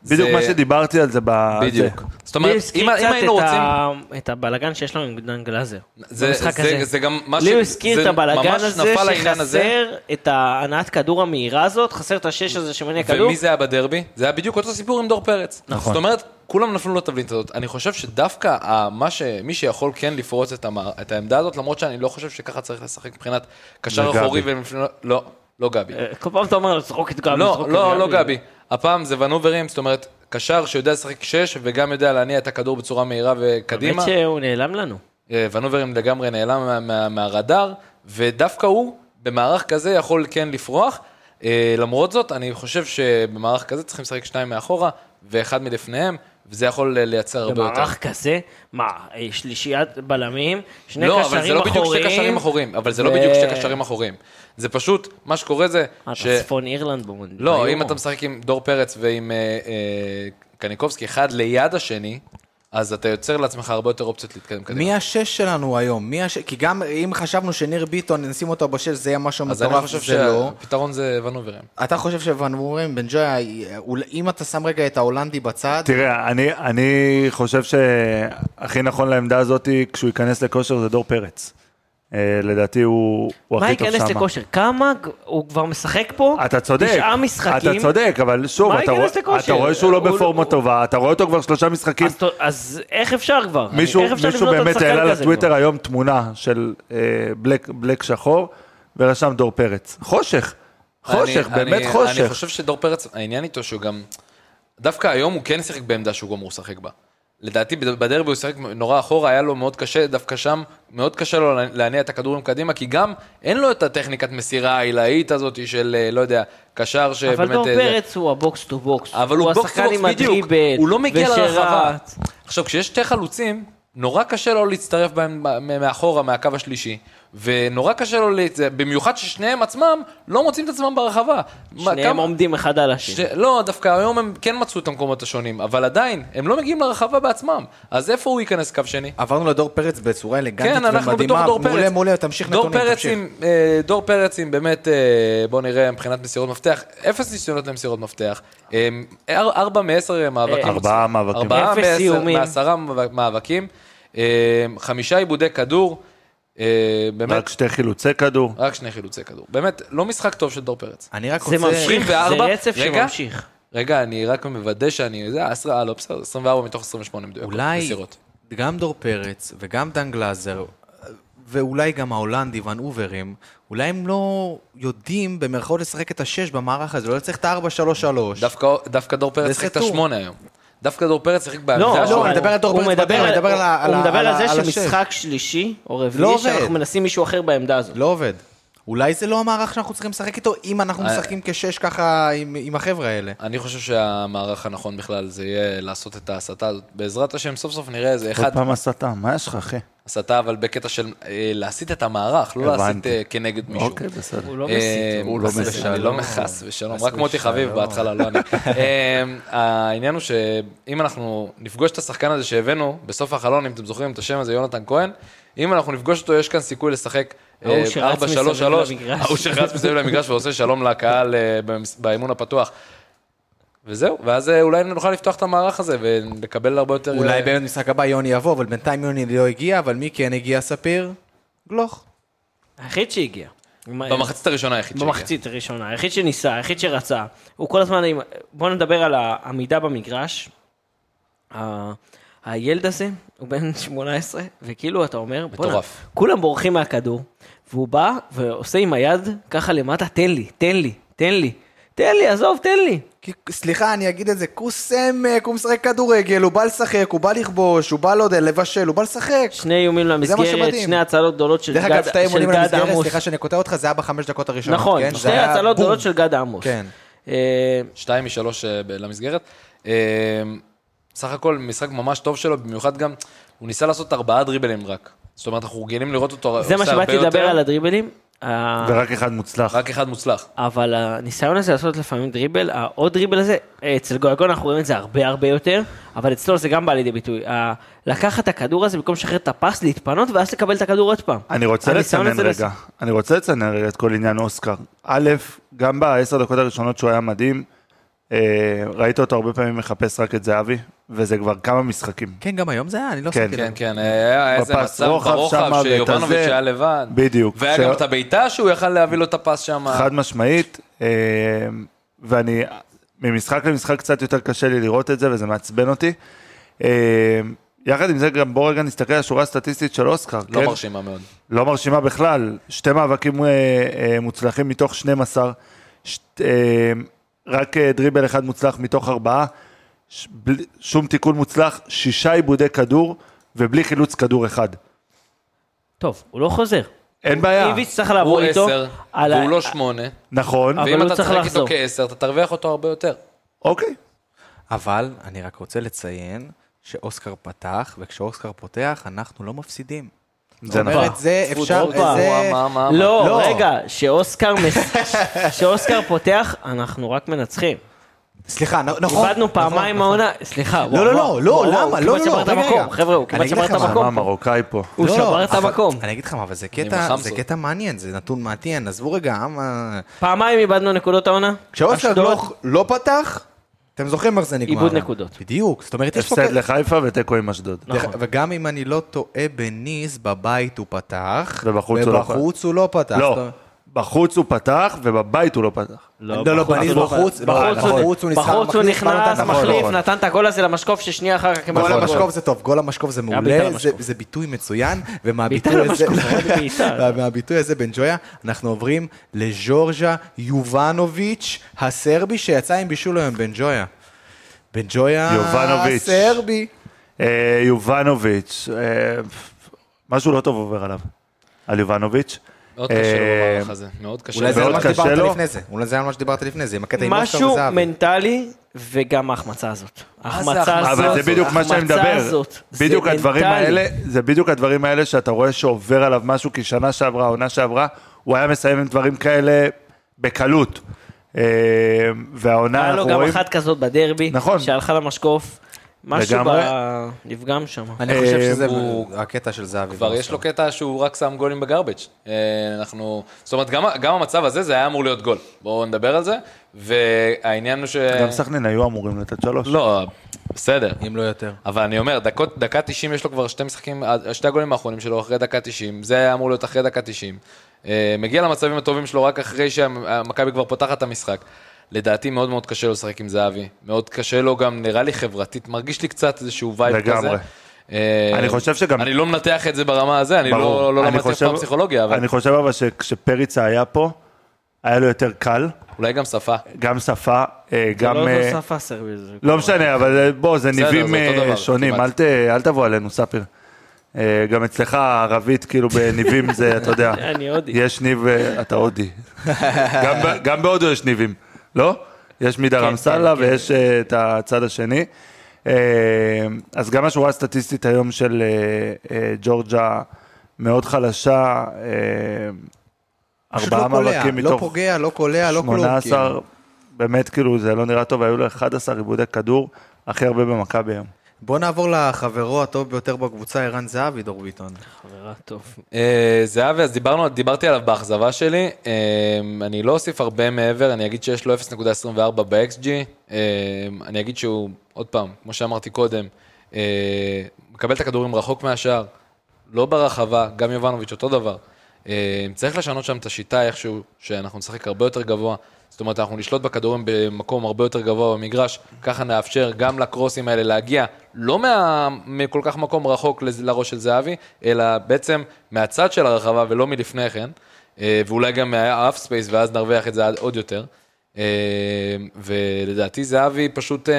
Speaker 6: בדיוק
Speaker 2: זה-
Speaker 6: מה שדיברתי על זה ב...
Speaker 2: בדיוק.
Speaker 6: זה.
Speaker 2: זאת אומרת,
Speaker 7: לי
Speaker 2: אם
Speaker 7: הזכיר
Speaker 2: אם
Speaker 7: קצת
Speaker 2: היינו
Speaker 7: את
Speaker 2: רוצים...
Speaker 7: ה- את הבלגן שיש לנו עם דן גלאזר.
Speaker 2: זה-
Speaker 7: במשחק
Speaker 2: זה-
Speaker 7: הזה.
Speaker 2: זה גם מה ש-
Speaker 7: לי הוא הזכיר
Speaker 2: זה
Speaker 7: את הבלגן
Speaker 2: ממש
Speaker 7: הזה
Speaker 2: נפל לעניין הזה.
Speaker 7: שחסר את ההנעת כדור המהירה הזאת, חסר את השש הזה שמניע כדור.
Speaker 2: ומי זה היה בדרבי? זה היה בדיוק אותו סיפור עם דור פרץ. נכון. זאת אומרת, כולם נפלו לתבנית הזאת. אני חושב שדווקא ה- מה ש... מי שיכול כן לפרוץ את, המ... את העמדה הזאת, למרות שאני לא חושב שככה צריך לשחק מבחינת קשר
Speaker 6: זה
Speaker 2: אחורי
Speaker 6: גבי.
Speaker 2: ולפני... לא, לא גבי.
Speaker 7: אה, כל פעם אתה אומר לו, זרוק את גבי.
Speaker 2: לא,
Speaker 7: זרוק את
Speaker 2: לא, לא גבי. הפעם זה ונוברים, זאת אומרת, קשר שיודע לשחק שש וגם יודע להניע את הכדור בצורה מהירה
Speaker 7: האמת
Speaker 2: וקדימה.
Speaker 7: שהוא נעלם לנו.
Speaker 2: אה, ונוברים לגמרי נעלם מה, מה, מהרדאר, ודווקא הוא, במערך כזה, יכול כן לפרוח. אה, למרות זאת, אני חושב שבמערך כזה צריכים לשחק שניים מאחורה ואחד מלפניהם, וזה יכול אה, לייצר הרבה יותר.
Speaker 7: במערך כזה, מה, אה, שלישיית בלמים, שני
Speaker 2: לא, אבל זה
Speaker 7: קשרים
Speaker 2: לא בדיוק שני
Speaker 7: אחוריים,
Speaker 2: קשרים אחוריים, אבל זה לא
Speaker 7: ו- אה,
Speaker 2: בדיוק שני קשרים אחוריים. זה פשוט, מה שקורה זה
Speaker 7: אתה
Speaker 2: ש...
Speaker 7: צפון אירלנד במונדיאל.
Speaker 2: לא, אם אתה משחק עם דור פרץ ועם אה, אה, קניקובסקי, אחד ליד השני, אז אתה יוצר לעצמך הרבה יותר אופציות להתקדם קדימה.
Speaker 1: מי השש שלנו היום? מי הש... כי גם אם חשבנו שניר ביטון, נשים אותו בשש, זה יהיה משהו
Speaker 2: אז אני
Speaker 1: מטורף,
Speaker 2: חושב
Speaker 1: זה לא.
Speaker 2: שהפתרון זה ונוברים.
Speaker 1: אתה חושב שוואן וורם, בן ג'ויה, אה, אם אתה שם רגע את ההולנדי בצד,
Speaker 6: תראה, אני, אני חושב שהכי נכון לעמדה הזאת, כשהוא ייכנס לכושר, זה דור פרץ. אה, לדעתי הוא, הוא
Speaker 7: מה
Speaker 6: הכי טוב שמה.
Speaker 7: ייכנס לכושר? כמה ג- הוא כבר משחק פה?
Speaker 6: אתה צודק,
Speaker 7: תשעה משחקים.
Speaker 6: אתה צודק, אבל שוב,
Speaker 7: מה
Speaker 6: אתה,
Speaker 7: ייכנס
Speaker 6: רוא-
Speaker 7: לכושר? אה,
Speaker 6: אתה רואה שהוא לא
Speaker 7: הוא-
Speaker 6: בפורמה
Speaker 7: הוא-
Speaker 6: טובה, אתה רואה אותו כבר שלושה משחקים.
Speaker 7: אז, ת- אז איך אפשר כבר?
Speaker 6: מישהו,
Speaker 7: איך אפשר
Speaker 6: מישהו
Speaker 7: לבנות על
Speaker 6: באמת
Speaker 7: שחקן
Speaker 6: העלה
Speaker 7: כזה
Speaker 6: לטוויטר
Speaker 7: כבר?
Speaker 6: היום תמונה של אה, בלק, בלק שחור, ורשם דור פרץ. חושך, חושך,
Speaker 2: אני-
Speaker 6: באמת
Speaker 2: אני-
Speaker 6: חושך.
Speaker 2: אני חושב שדור פרץ, העניין איתו שהוא גם... דווקא היום הוא כן שיחק בעמדה שהוא גמור לשחק בה. לדעתי בד- בדרבי הוא שיחק נורא אחורה, היה לו מאוד קשה, דווקא שם מאוד קשה לו לה- להניע את הכדורים קדימה, כי גם אין לו את הטכניקת מסירה העילאית הזאת של, אה, לא יודע, קשר שבאמת...
Speaker 7: אבל דור
Speaker 2: אה, זה-
Speaker 7: פרץ הוא הבוקס טו בוקס.
Speaker 2: אבל הוא בוקס
Speaker 7: השחקן
Speaker 2: טו
Speaker 7: עם
Speaker 2: בוקס בדיוק,
Speaker 7: הדריבל,
Speaker 2: הוא לא מגיע
Speaker 7: ושרץ.
Speaker 2: לרחבה. עכשיו, כשיש שתי חלוצים, נורא קשה לו להצטרף בהם מה- מאחורה, מהקו השלישי, ונורא קשה לו, להצ... במיוחד ששניהם עצמם לא מוצאים את עצמם ברחבה. מה,
Speaker 7: שניהם
Speaker 2: כמה-
Speaker 7: עומדים אחד על
Speaker 2: ש...
Speaker 7: השני.
Speaker 2: לא, דווקא היום הם כן מצאו את המקומות השונים, אבל עדיין, הם לא מגיעים לרחבה בעצמם, אז איפה הוא ייכנס קו שני?
Speaker 1: עברנו לדור פרץ בצורה אלגנטית
Speaker 2: כן, אנחנו בתור
Speaker 1: ומדהימה.
Speaker 2: דור פרץ.
Speaker 1: מעולה, מעולה, תמשיך
Speaker 2: דור
Speaker 1: נתונים,
Speaker 2: פרץ
Speaker 1: תמשיך.
Speaker 2: עם, אה, דור פרץ עם באמת, אה, בוא נראה, מבחינת מסירות מפתח, אפס ניסיונות למסירות מפתח. אה, אר- ארבע מעשר מאבקים.
Speaker 6: ארבעה מאבקים.
Speaker 2: ארבעה
Speaker 7: אפס
Speaker 2: מעשר-
Speaker 7: איומים.
Speaker 2: מעשרה מאבק- מאבקים. אה, חמישה עיבודי כדור. אה,
Speaker 6: רק
Speaker 2: באמת,
Speaker 6: שתי חילוצי כדור.
Speaker 2: רק שני חילוצי כדור. באמת, לא משחק טוב של דור פרץ.
Speaker 1: אני רק
Speaker 7: זה
Speaker 1: רוצה...
Speaker 7: ממשיך, זה
Speaker 2: 24,
Speaker 7: רצף
Speaker 2: רגע.
Speaker 7: שממשיך.
Speaker 2: רגע, אני רק מוודא שאני, זה, עשרה, לא בסדר, 24 מתוך 28 מדויקות.
Speaker 1: אולי
Speaker 2: מסירות.
Speaker 1: גם דור פרץ וגם דן גלאזר, ואולי גם ההולנדי ואן אוברים, אולי הם לא יודעים במרכאות לשחק את השש במערך הזה, אולי צריך את הארבע, שלוש, שלוש.
Speaker 2: דווקא, דווקא דור פרץ
Speaker 1: זה
Speaker 2: שיחק את
Speaker 1: סתום.
Speaker 2: השמונה היום. דווקא דור פרץ שיחק בעמדה
Speaker 7: לא,
Speaker 2: שהוא-
Speaker 1: לא, אני מדבר על דור
Speaker 7: הוא
Speaker 1: פרץ בדרך, אני מדבר על ה- על
Speaker 7: הוא
Speaker 1: ה-
Speaker 7: מדבר
Speaker 1: על
Speaker 7: על
Speaker 1: ה-
Speaker 7: זה
Speaker 1: על השש.
Speaker 7: שמשחק שלישי או
Speaker 1: לא
Speaker 7: רביעי,
Speaker 1: עובד.
Speaker 7: שאנחנו מנסים מישהו אחר בעמדה הזאת.
Speaker 1: לא עובד. אולי זה לא המערך שאנחנו צריכים לשחק איתו, אם אנחנו משחקים כשש ככה עם עם החבר'ה האלה.
Speaker 2: אני חושב שהמערך הנכון בכלל זה יהיה לעשות את ההסתה הזאת. בעזרת השם, סוף סוף נראה איזה אחד,
Speaker 6: עוד פעם הסתה, מה יש לך, אחי?
Speaker 2: הסתה, אבל בקטע של אה, להסית את המערך, לא
Speaker 6: הבנתי.
Speaker 2: להסית אה, כנגד מישהו.
Speaker 6: אוקיי, בסדר.
Speaker 7: הוא לא
Speaker 2: אה,
Speaker 7: מסית.
Speaker 2: הוא
Speaker 6: לא
Speaker 2: חס
Speaker 6: מסית.
Speaker 2: ושלום. אני לא מכס ושלום, רק מוטי חביב בהתחלה, לא אני. אה, העניין הוא שאם אנחנו נפגוש את השחקן הזה שהבאנו בסוף החלון, אם אתם זוכרים את השם הזה, יונתן כהן, אם אנחנו נפגוש אותו, יש כאן סיכוי לשחק אה,
Speaker 7: ההוא שרץ
Speaker 2: 4-3-3,
Speaker 7: מסביב למגרש.
Speaker 2: ההוא שרץ מסביב למגרש ועושה שלום לקהל אה, במס- באימון הפתוח. וזהו, ואז אה, אולי נוכל לפתוח את המערך הזה ולקבל הרבה יותר... אה,
Speaker 1: אולי באמת במשחק הבא יוני יבוא, אבל בינתיים יוני לא הגיע, אבל מי כן הגיע? ספיר? גלוך.
Speaker 7: היחיד שהגיע.
Speaker 2: במחצית הראשונה היחיד שהגיע.
Speaker 7: במחצית הראשונה, היחיד שניסה, היחיד שרצה, הוא כל הזמן, עם- בואו נדבר על העמידה במגרש. ה- הילד הזה, הוא בן 18, וכאילו אתה אומר, בוא'נה,
Speaker 2: מטורף.
Speaker 7: כולם בורחים מהכדור, והוא בא ועושה עם היד ככה למטה, תן לי, תן לי, תן לי, תן לי, עזוב, תן לי.
Speaker 1: כי, סליחה, אני אגיד את זה, כוס עמק, הוא משחק כדורגל, הוא בא לשחק, הוא בא לכבוש, הוא בא, לא יודע, לבשל, הוא בא לשחק.
Speaker 7: שני איומים למסגרת,
Speaker 1: שמדהים.
Speaker 7: שני הצלות גדולות של
Speaker 1: דרך אגב, שתי
Speaker 7: גד של
Speaker 1: אימונים על
Speaker 7: גד
Speaker 1: המסגרת,
Speaker 7: עמוס.
Speaker 1: סליחה שאני קוטע אותך, זה היה בחמש דקות הראשונות.
Speaker 7: נכון,
Speaker 1: כן? זה
Speaker 7: שתי
Speaker 1: היה כן.
Speaker 7: הצלות
Speaker 1: בום.
Speaker 7: גדולות של גד עמוס.
Speaker 1: כן.
Speaker 7: אה,
Speaker 2: שתיים משלוש אה, ב- למסגרת. אה, סך הכל משחק ממש טוב שלו, במיוחד גם, הוא ניסה לעשות ארבעה דריבלים רק. זאת אומרת, אנחנו רגילים לראות אותו
Speaker 7: זה מה
Speaker 2: עושה הרבה
Speaker 7: שבאתי לדבר
Speaker 2: יותר,
Speaker 7: על הדריבלים, ה-
Speaker 6: ורק אחד מוצלח.
Speaker 2: רק אחד מוצלח.
Speaker 7: אבל הניסיון הזה לעשות לפעמים דריבל, העוד דריבל הזה, אצל גויגון אנחנו רואים את זה הרבה הרבה יותר, אבל אצלו זה גם בא לידי ביטוי. ה- לקחת את הכדור הזה במקום לשחרר את הפס, להתפנות ואז לקבל את הכדור עוד פעם.
Speaker 6: אני רוצה
Speaker 7: הניסיון
Speaker 6: לצנן
Speaker 7: הזה לס-
Speaker 6: רגע, אני רוצה לצנן רגע את כל עניין אוסקר. א', גם בעשר דקות הראשונות שהוא היה מדהים, אה, ראית אותו הרבה פעמים מחפש רק את זהבי, וזה כבר כמה משחקים.
Speaker 1: כן, גם היום זה היה, אני לא
Speaker 6: כן.
Speaker 1: שמתי לב.
Speaker 2: כן, כן, היה איזה
Speaker 6: בפס
Speaker 2: מצב
Speaker 6: רוחב שמה
Speaker 2: ברוחב
Speaker 6: ואת
Speaker 2: שיובנוביץ'
Speaker 6: הזה.
Speaker 2: היה לבד.
Speaker 6: בדיוק.
Speaker 2: והיה
Speaker 6: ש-
Speaker 2: גם את הבעיטה שהוא יכל להביא לו את הפס שם.
Speaker 6: חד משמעית, אה, ואני, ממשחק למשחק קצת יותר קשה לי לראות את זה, וזה מעצבן אותי. אה, יחד עם זה, גם בוא רגע נסתכל על השורה הסטטיסטית של אוסקר.
Speaker 2: לא
Speaker 6: כן?
Speaker 2: מרשימה מאוד.
Speaker 6: לא מרשימה בכלל, שתי מאבקים אה, אה, מוצלחים מתוך 12, ש, אה, רק אה, דריבל אחד מוצלח מתוך ארבעה, ש, בל, שום תיקול מוצלח, שישה עיבודי כדור ובלי חילוץ כדור אחד.
Speaker 7: טוב, הוא לא חוזר.
Speaker 6: אין בעיה,
Speaker 7: איביץ' צריך לעבור
Speaker 2: אה, הוא
Speaker 7: איתו.
Speaker 2: עשר,
Speaker 7: על ה-
Speaker 2: והוא לא שמונה.
Speaker 6: נכון,
Speaker 1: אה,
Speaker 7: אבל
Speaker 2: ואם
Speaker 7: הוא
Speaker 2: אתה
Speaker 7: צריך
Speaker 2: תשחק איתו
Speaker 7: לחזור.
Speaker 2: כעשר, אתה תרוויח אותו הרבה יותר.
Speaker 6: אוקיי.
Speaker 1: אבל אני רק רוצה לציין שאוסקר פתח, וכשאוסקר פותח, אנחנו לא מפסידים.
Speaker 6: זה
Speaker 1: זאת אומרת,
Speaker 6: נכון.
Speaker 1: זה אפשר,
Speaker 7: טרופה.
Speaker 1: זה...
Speaker 2: מה, מה, מה?
Speaker 7: לא,
Speaker 1: לא.
Speaker 7: רגע, שאוסקר מס- שאוסקר פותח, אנחנו רק מנצחים.
Speaker 1: סליחה, נ- נכון.
Speaker 7: איבדנו פעמיים
Speaker 1: נכון, נכון.
Speaker 7: העונה, סליחה.
Speaker 1: לא,
Speaker 7: וואו,
Speaker 1: לא,
Speaker 7: וואו,
Speaker 1: לא, לא,
Speaker 7: וואו,
Speaker 1: למה? לא,
Speaker 7: הוא
Speaker 1: לא, לא,
Speaker 7: כמעט שבר את
Speaker 1: רגע, רגע.
Speaker 7: המקום, חבר'ה, הוא
Speaker 1: אני
Speaker 7: כמעט
Speaker 1: אגיד
Speaker 7: שבר
Speaker 1: לך
Speaker 7: את
Speaker 1: מה.
Speaker 6: מה
Speaker 7: המקום.
Speaker 6: מרוקאי פה?
Speaker 7: הוא
Speaker 1: לא,
Speaker 7: שבר את
Speaker 1: אבל-
Speaker 7: המקום.
Speaker 1: אני אגיד לך מה, אבל זה
Speaker 2: אני
Speaker 1: קטע, זה
Speaker 2: מחמסות.
Speaker 1: קטע מעניין, זה נתון מעניין, עזבו רגע, מה...
Speaker 7: פעמיים איבדנו נקודות העונה.
Speaker 1: כשאוסקר
Speaker 7: אשדוד,
Speaker 1: לא- לא פתח, אתם זוכרים איך זה נגמר.
Speaker 7: איבוד נקודות. נכון.
Speaker 1: בדיוק, זאת אומרת, יש פה... נכון.
Speaker 6: הפסד לחיפה ותיקו עם אשדוד.
Speaker 1: דרך- וגם אם אני לא טועה, בניס בבית הוא פתח,
Speaker 6: ובחוץ הוא לא פתח.
Speaker 1: ובחוץ הוא לא פתח. זאת
Speaker 6: לא,
Speaker 1: אומרת-
Speaker 6: בחוץ הוא פתח ובבית הוא לא פתח.
Speaker 1: לא, לא, בניס בחוץ,
Speaker 6: בחוץ
Speaker 1: בחוץ
Speaker 6: הוא-
Speaker 1: בחוץ הוא ניסה,
Speaker 7: בחוץ הוא
Speaker 1: מחליף, פעם
Speaker 7: נכנס,
Speaker 1: נתן-
Speaker 6: נכון,
Speaker 7: מחליף,
Speaker 6: נכון.
Speaker 7: נתן את הגול הזה למשקוף ששנייה אחר כך הם
Speaker 1: גול
Speaker 7: הלכו
Speaker 1: המשקוף
Speaker 7: לגול.
Speaker 1: נכון, זה טוב, גול המשקוף זה
Speaker 7: בעיטה
Speaker 1: מעולה, זה-
Speaker 7: למשקוף.
Speaker 1: זה ביטוי מצוין,
Speaker 7: בעיטה
Speaker 1: ומהביטוי הזה,
Speaker 7: למשקוף, זה בעיטה.
Speaker 1: מה- מהביטוי הזה בן ג'ויה, אנחנו עוברים לז'ורג'ה יובנוביץ' הסרבי שיצא עם בישול היום בן ג'ויה. בן ג'ויה
Speaker 6: יובנוביץ'.
Speaker 1: סרבי.
Speaker 6: אה, יובנוביץ', אה, משהו לא טוב עובר עליו, על יובנוביץ'.
Speaker 2: מאוד לא קשה לו
Speaker 6: אה, לא
Speaker 2: במהלך הזה, מאוד קשה.
Speaker 1: אולי זה על
Speaker 6: מאוד
Speaker 1: מה
Speaker 6: קשה
Speaker 1: שדיברת
Speaker 6: לו.
Speaker 1: לפני זה, אולי זה על מה שדיברת לפני זה, עם הקטע עם אוסקר
Speaker 7: משהו
Speaker 1: וזהבי.
Speaker 7: מנטלי וגם ההחמצה הזאת.
Speaker 2: זה
Speaker 7: ההחמצה הזאת,
Speaker 6: אבל זה בדיוק מה שאני
Speaker 7: ההחמצה
Speaker 6: מדבר.
Speaker 7: הזאת, זה
Speaker 6: בדיוק הדברים
Speaker 7: מנטלי.
Speaker 6: האלה, זה בדיוק הדברים האלה שאתה רואה שעובר עליו משהו, כי שנה שעברה, עונה שעברה, הוא היה מסיים עם דברים כאלה בקלות. אה, והעונה,
Speaker 7: היה לו
Speaker 6: אנחנו
Speaker 7: גם
Speaker 6: רואים...
Speaker 7: אחת כזאת בדרבי,
Speaker 6: נכון.
Speaker 7: שהלכה למשקוף, משהו
Speaker 6: לגמרי.
Speaker 7: ב- נפגם שם.
Speaker 1: אני חושב
Speaker 6: אה,
Speaker 1: שזה
Speaker 2: הוא-
Speaker 1: אמ, הקטע של זהבי.
Speaker 2: כבר יש לו קטע שהוא רק שם גולים בגרבג'. אה, אנחנו... זאת אומרת, גם, גם המצב הזה, זה היה אמור להיות גול. בואו נדבר על זה. והעניין הוא ש...
Speaker 6: גם סכנין היו אמורים לתת שלוש.
Speaker 2: לא, בסדר.
Speaker 1: אם לא יותר.
Speaker 2: אבל אני אומר, דקות, דקה 90 יש לו כבר שתי משחקים, אה, שתי הגולים האחרונים שלו אחרי דקה 90, זה היה אמור להיות אחרי דקה 90. אה, מגיע למצבים הטובים שלו רק אחרי שהמכבי כבר פותחת את המשחק. לדעתי מאוד מאוד קשה לו לשחק עם זהבי, מאוד קשה לו גם, נראה לי חברתית, מרגיש לי קצת איזשהו וייב כזה.
Speaker 6: לגמרי.
Speaker 2: אה,
Speaker 6: אני חושב שגם-
Speaker 2: אני לא מנתח את זה ברמה הזה, אני לא, לא
Speaker 6: אני
Speaker 2: למדתי אף
Speaker 6: חושב-
Speaker 2: פעם פסיכולוגיה, אבל
Speaker 6: אני חושב אבל שכשפריצה היה פה, היה לו יותר קל,
Speaker 2: אולי גם שפה.
Speaker 6: גם שפה, אה, גם...
Speaker 7: לא
Speaker 6: אה,
Speaker 7: זו שפה סרבית. זה
Speaker 6: לא משנה, אבל אה, בוא, זה
Speaker 2: בסדר,
Speaker 6: ניבים
Speaker 2: זה אותו
Speaker 6: אה,
Speaker 2: דבר,
Speaker 6: שונים,
Speaker 2: כמעט.
Speaker 6: אל ת- אל תבוא עלינו, ספיר. אה, גם אצלך ערבית, כאילו בניבים זה, אתה יודע,
Speaker 7: אני הודי.
Speaker 6: יש ניב, אה, אתה הודי. גם ב- גם בהודו יש ניבים, לא? יש
Speaker 2: כן,
Speaker 6: מידר אמסלע ויש אה, את הצד השני. אה, אז גם השורה הסטטיסטית היום של אה, אה, ג'ורג'ה מאוד חלשה, אה,
Speaker 1: פשוט
Speaker 6: ארבעה
Speaker 1: לא קולע,
Speaker 6: מאבקים
Speaker 1: לא
Speaker 6: מתוך
Speaker 1: פוגע, לא קולע, לא כלום.
Speaker 6: 18,
Speaker 1: כאילו.
Speaker 6: באמת כאילו זה לא נראה טוב, היו לו 11 עיבודי כדור, הכי הרבה במכבי היום.
Speaker 1: בוא נעבור לחברו הטוב ביותר בקבוצה, ערן זהבי, דור ביטון.
Speaker 7: חברה טוב.
Speaker 2: אה, זהבי, אז דיברנו, דיברתי עליו באכזבה שלי. אה, אני לא אוסיף הרבה מעבר, אני אגיד שיש לו 0.24 ב-XG. אה, אני אגיד שהוא, עוד פעם, כמו שאמרתי קודם, אה, מקבל את הכדורים רחוק מהשאר, לא ברחבה, גם יובנוביץ' אותו דבר. אה, צריך לשנות שם את השיטה איכשהו, שאנחנו נשחק הרבה יותר גבוה. זאת אומרת, אנחנו נשלוט בכדורים במקום הרבה יותר גבוה במגרש, ככה נאפשר גם לקרוסים האלה להגיע, לא מה, מכל כך מקום רחוק לז- לראש של זהבי, אלא בעצם מהצד של הרחבה ולא מלפני כן, אה, ואולי גם מהאף ספייס, ואז נרוויח את זה עד- עוד יותר. אה, ולדעתי זהבי פשוט אה,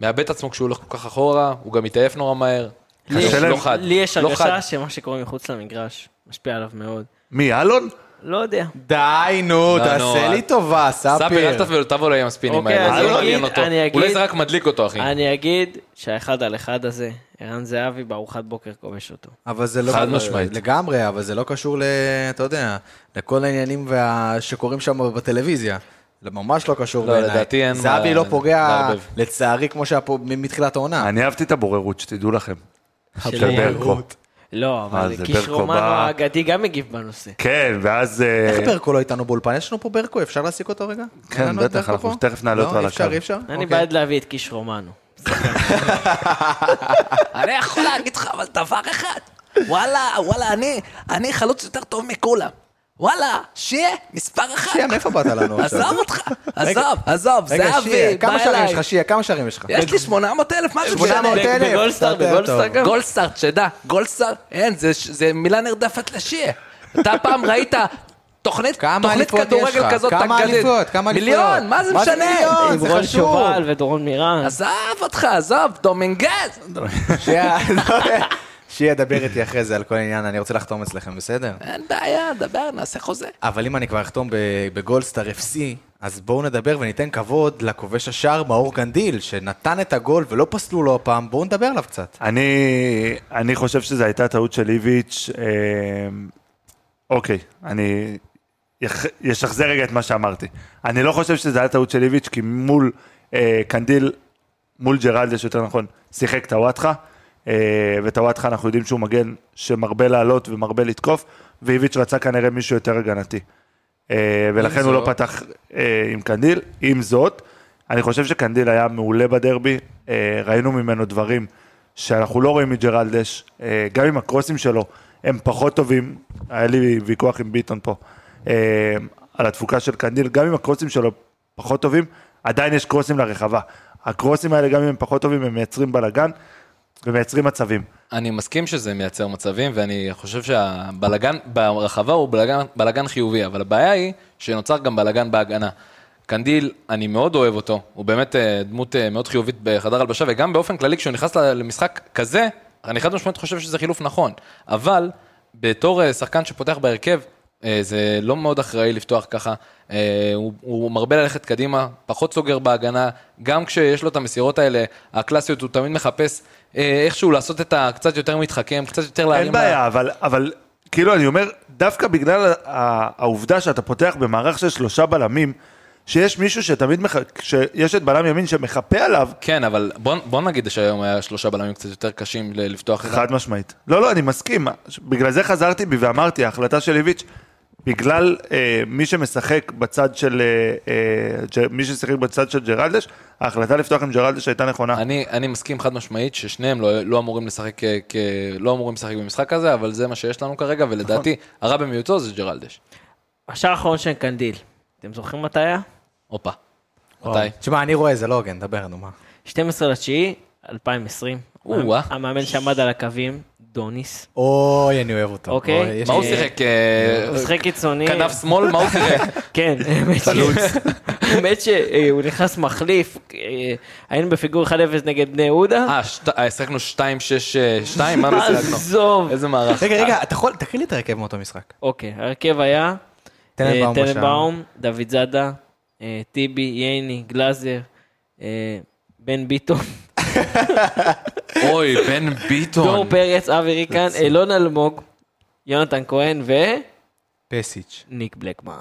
Speaker 2: מאבד את עצמו כשהוא הולך כל כך אחורה, הוא גם מתעייף נורא מהר.
Speaker 7: לי
Speaker 2: לא
Speaker 7: יש-
Speaker 2: חד,
Speaker 7: לי יש
Speaker 2: לא חד.
Speaker 7: הרגשה שמה שקורה מחוץ למגרש משפיע עליו מאוד.
Speaker 6: מי, אלון?
Speaker 7: לא יודע.
Speaker 1: די, נו,
Speaker 2: לא,
Speaker 1: תעשה
Speaker 2: נו,
Speaker 1: לי
Speaker 2: אל-
Speaker 1: טובה,
Speaker 2: ספיר, אל
Speaker 1: ספיר.
Speaker 2: תבוא, תבוא לו עם הספינים
Speaker 7: אוקיי,
Speaker 2: האלה,
Speaker 7: אז
Speaker 2: זה לא
Speaker 7: אני
Speaker 2: מעניין
Speaker 7: אגיד-
Speaker 2: אותו.
Speaker 7: אני אגיד-
Speaker 2: אולי זה רק מדליק אותו,
Speaker 6: כן.
Speaker 2: אחי.
Speaker 7: אני אגיד שהאחד על אחד הזה, ערן זהבי בארוחת בוקר כובש אותו.
Speaker 1: אבל זה לא...
Speaker 2: חד משמעית.
Speaker 1: לגמרי, אבל זה לא קשור ל... אתה יודע, לכל העניינים וה- שקורים שם בטלוויזיה. זה ממש לא קשור
Speaker 2: לא,
Speaker 1: בעיניי.
Speaker 2: לדעתי אין
Speaker 1: זהבי
Speaker 2: מה
Speaker 1: לא פוגע,
Speaker 2: לערבב.
Speaker 1: לצערי, כמו שהיה פה מ- מתחילת העונה.
Speaker 6: אני אהבתי את הבוררות, שתדעו לכם.
Speaker 7: של
Speaker 6: של ברקו.
Speaker 7: לא,
Speaker 6: אה,
Speaker 7: אבל
Speaker 6: זה ברקו
Speaker 7: כישרומנו
Speaker 6: בא-
Speaker 7: האגדי גם מגיב בנושא.
Speaker 6: כן, ואז... אה,
Speaker 1: איך ברקו לא איתנו באולפן? יש לנו פה ברקו, אפשר להעסיק אותו רגע?
Speaker 6: כן,
Speaker 1: אין לנו את
Speaker 6: בטח,
Speaker 1: ברקו
Speaker 6: אנחנו
Speaker 1: פה?
Speaker 6: תכף נעלה אותו
Speaker 1: לא,
Speaker 6: על
Speaker 1: אי אפשר,
Speaker 6: הקו.
Speaker 1: אי אפשר?
Speaker 7: אני
Speaker 1: אוקיי.
Speaker 7: בעד להביא את כישרומנו.
Speaker 2: אני יכול להגיד לך אבל דבר אחד, וואלה, וואלה, אני, אני חלוץ יותר טוב מכולם. וואלה, שיהיה מספר אחת.
Speaker 1: שיהיה, מאיפה באת לנו עכשיו?
Speaker 2: עזוב אותך, עזוב, עזוב,
Speaker 1: רגע, שיהיה,
Speaker 2: זהבי, בא
Speaker 1: כמה שערים יש
Speaker 2: אליי.
Speaker 1: לך? שיהיה, כמה שערים יש לך?
Speaker 2: יש לי 800 אלף, מה זה משנה?
Speaker 1: 800 אלף.
Speaker 7: כן, בגולדסטאר,
Speaker 1: אתה יודע
Speaker 7: בגולדסטאר
Speaker 1: טוב.
Speaker 7: גם.
Speaker 2: גולדסטאר, תדע, גולדסטאר, אין, זה- זה מילה נרדפת לשיעה. אתה פעם ראית תוכנית
Speaker 1: כמה
Speaker 2: תוכנית
Speaker 1: אליפות יש
Speaker 2: כדורגל
Speaker 1: לך?
Speaker 2: כזאת
Speaker 1: כמה
Speaker 2: תגדית?
Speaker 1: אליפויות? כמה אליפויות?
Speaker 2: מיליון, מה זה
Speaker 1: מה זה
Speaker 2: משנה?
Speaker 1: מיליון?
Speaker 7: עם
Speaker 1: לא, זה
Speaker 7: רון
Speaker 1: חשוב.
Speaker 7: שובל ודורון מירן.
Speaker 2: עזוב אותך, עזוב, דומינגז.
Speaker 1: שיהיה, שיהיה, דבר איתי אחרי זה על כל העניין, אני רוצה לחתום אצלכם, בסדר?
Speaker 2: אין בעיה, דבר, נעשה חוזה.
Speaker 1: אבל אם אני כבר אחתום ב- בגולדסטאר FC, אז בואו נדבר וניתן כבוד לכובש השער מאור קנדיל, שנתן את הגול ולא פסלו לו הפעם, בואו נדבר עליו קצת.
Speaker 6: אני, אני חושב שזו הייתה טעות של איביץ'. אה, אוקיי, אני יח- ישחזר רגע את מה שאמרתי. אני לא חושב שזו הייתה טעות של איביץ', כי מול אה, קנדיל, מול ג'רלדה, שיותר נכון, שיחק טוואטחה, אה, וטוואטחה אנחנו יודעים שהוא מגן שמרבה לעלות ומרבה לתקוף, ואיביץ' רצה כנראה מישהו יותר הגנתי. אה, ולכן הוא לא פתח אה, עם קנדיל. עם זאת, אני חושב שקנדיל היה מעולה בדרבי, אה, ראינו ממנו דברים שאנחנו לא רואים מג'רלדש, אה, גם עם הקרוסים שלו, הם פחות טובים, היה לי ויכוח עם ביטון פה, אה, על התפוקה של קנדיל, גם עם הקרוסים שלו פחות טובים, עדיין יש קרוסים לרחבה. הקרוסים האלה, גם אם הם פחות טובים, הם מייצרים בלאגן ומייצרים מצבים.
Speaker 2: אני מסכים שזה מייצר מצבים, ואני חושב שהבלגן ברחבה הוא בלגן, בלגן חיובי, אבל הבעיה היא שנוצר גם בלגן בהגנה. קנדיל, אני מאוד אוהב אותו, הוא באמת אה, דמות אה, מאוד חיובית בחדר הלבשה, וגם באופן כללי כשהוא נכנס ל- למשחק כזה, אני חד משמעית חושב שזה חילוף נכון, אבל בתור אה, שחקן שפותח בהרכב, אה, זה לא מאוד אחראי לפתוח ככה, אה, הוא, הוא מרבה ללכת קדימה, פחות סוגר בהגנה, גם כשיש לו את המסירות האלה, הקלאסיות, הוא תמיד מחפש אה, איכשהו לעשות את ה... קצת יותר מתחכם, קצת יותר להרים...
Speaker 6: אין בעיה, אבל, אבל כאילו אני אומר, דווקא בגלל ה- העובדה שאתה פותח במערך של שלושה בלמים, שיש מישהו שתמיד, מח... שיש את בלם ימין שמחפה עליו,
Speaker 2: כן, אבל בוא, בוא נגיד שהיום היה שלושה בלמים קצת יותר קשים ל- לפתוח את ה...
Speaker 6: חד משמעית. לא, לא, אני מסכים. בגלל זה חזרתי בי ואמרתי, ההחלטה של איביץ', בגלל אה, מי שמשחק בצד של, אה, אה, ג'- מי ששיחק בצד של ג'רלדש, ההחלטה לפתוח עם ג'רלדש הייתה נכונה.
Speaker 2: אני, אני מסכים חד משמעית ששניהם לא, לא אמורים לשחק כ- כ... לא אמורים לשחק במשחק הזה, אבל זה מה שיש לנו כרגע, ולדעתי
Speaker 6: נכון.
Speaker 2: הרע במיעוטו זה ג'רלדש.
Speaker 7: השער האחרון של קנדיל. אתם זוכרים מתי היה?
Speaker 2: הופה.
Speaker 6: אה,
Speaker 2: מתי?
Speaker 1: תשמע, אני רואה, זה לא הוגן, דבר, נו מה.
Speaker 7: 12 לתשיעי, 2020.
Speaker 2: או-אה.
Speaker 7: המאמן שעמד על הקווים, דוניס.
Speaker 1: אוי, אני אוהב אותו.
Speaker 7: אוקיי.
Speaker 1: אוי, יש
Speaker 2: מה הוא
Speaker 1: לי-
Speaker 2: שיחק? אה,
Speaker 7: משחק קיצוני.
Speaker 2: כנף שמאל? מה הוא שיחק?
Speaker 7: כן, האמת ש- האמת שהוא נכנס מחליף, אה, היינו בפיגור 1-0 נגד בני יהודה.
Speaker 2: אה, שת- אה, שיחקנו 2-6-2? מה לא שיחקנו?
Speaker 7: עזוב.
Speaker 2: איזה מערך.
Speaker 1: רגע, רגע, אתה יכול, תקריא לי את ההרכב מאותו משחק.
Speaker 7: אוקיי, ההרכב היה
Speaker 1: טננבאום
Speaker 7: אה,
Speaker 1: בשער.
Speaker 7: טננבאום, דוד זאדה, אה, טיבי, ייני, גלאזר, אה, בן ביטון,
Speaker 2: אוי, בן
Speaker 7: דור
Speaker 2: ביטון.
Speaker 7: פרץ, אבי ריקן, אילון אלמוג, יונתן כהן וניק
Speaker 1: פסיץ'.
Speaker 7: בלקמן.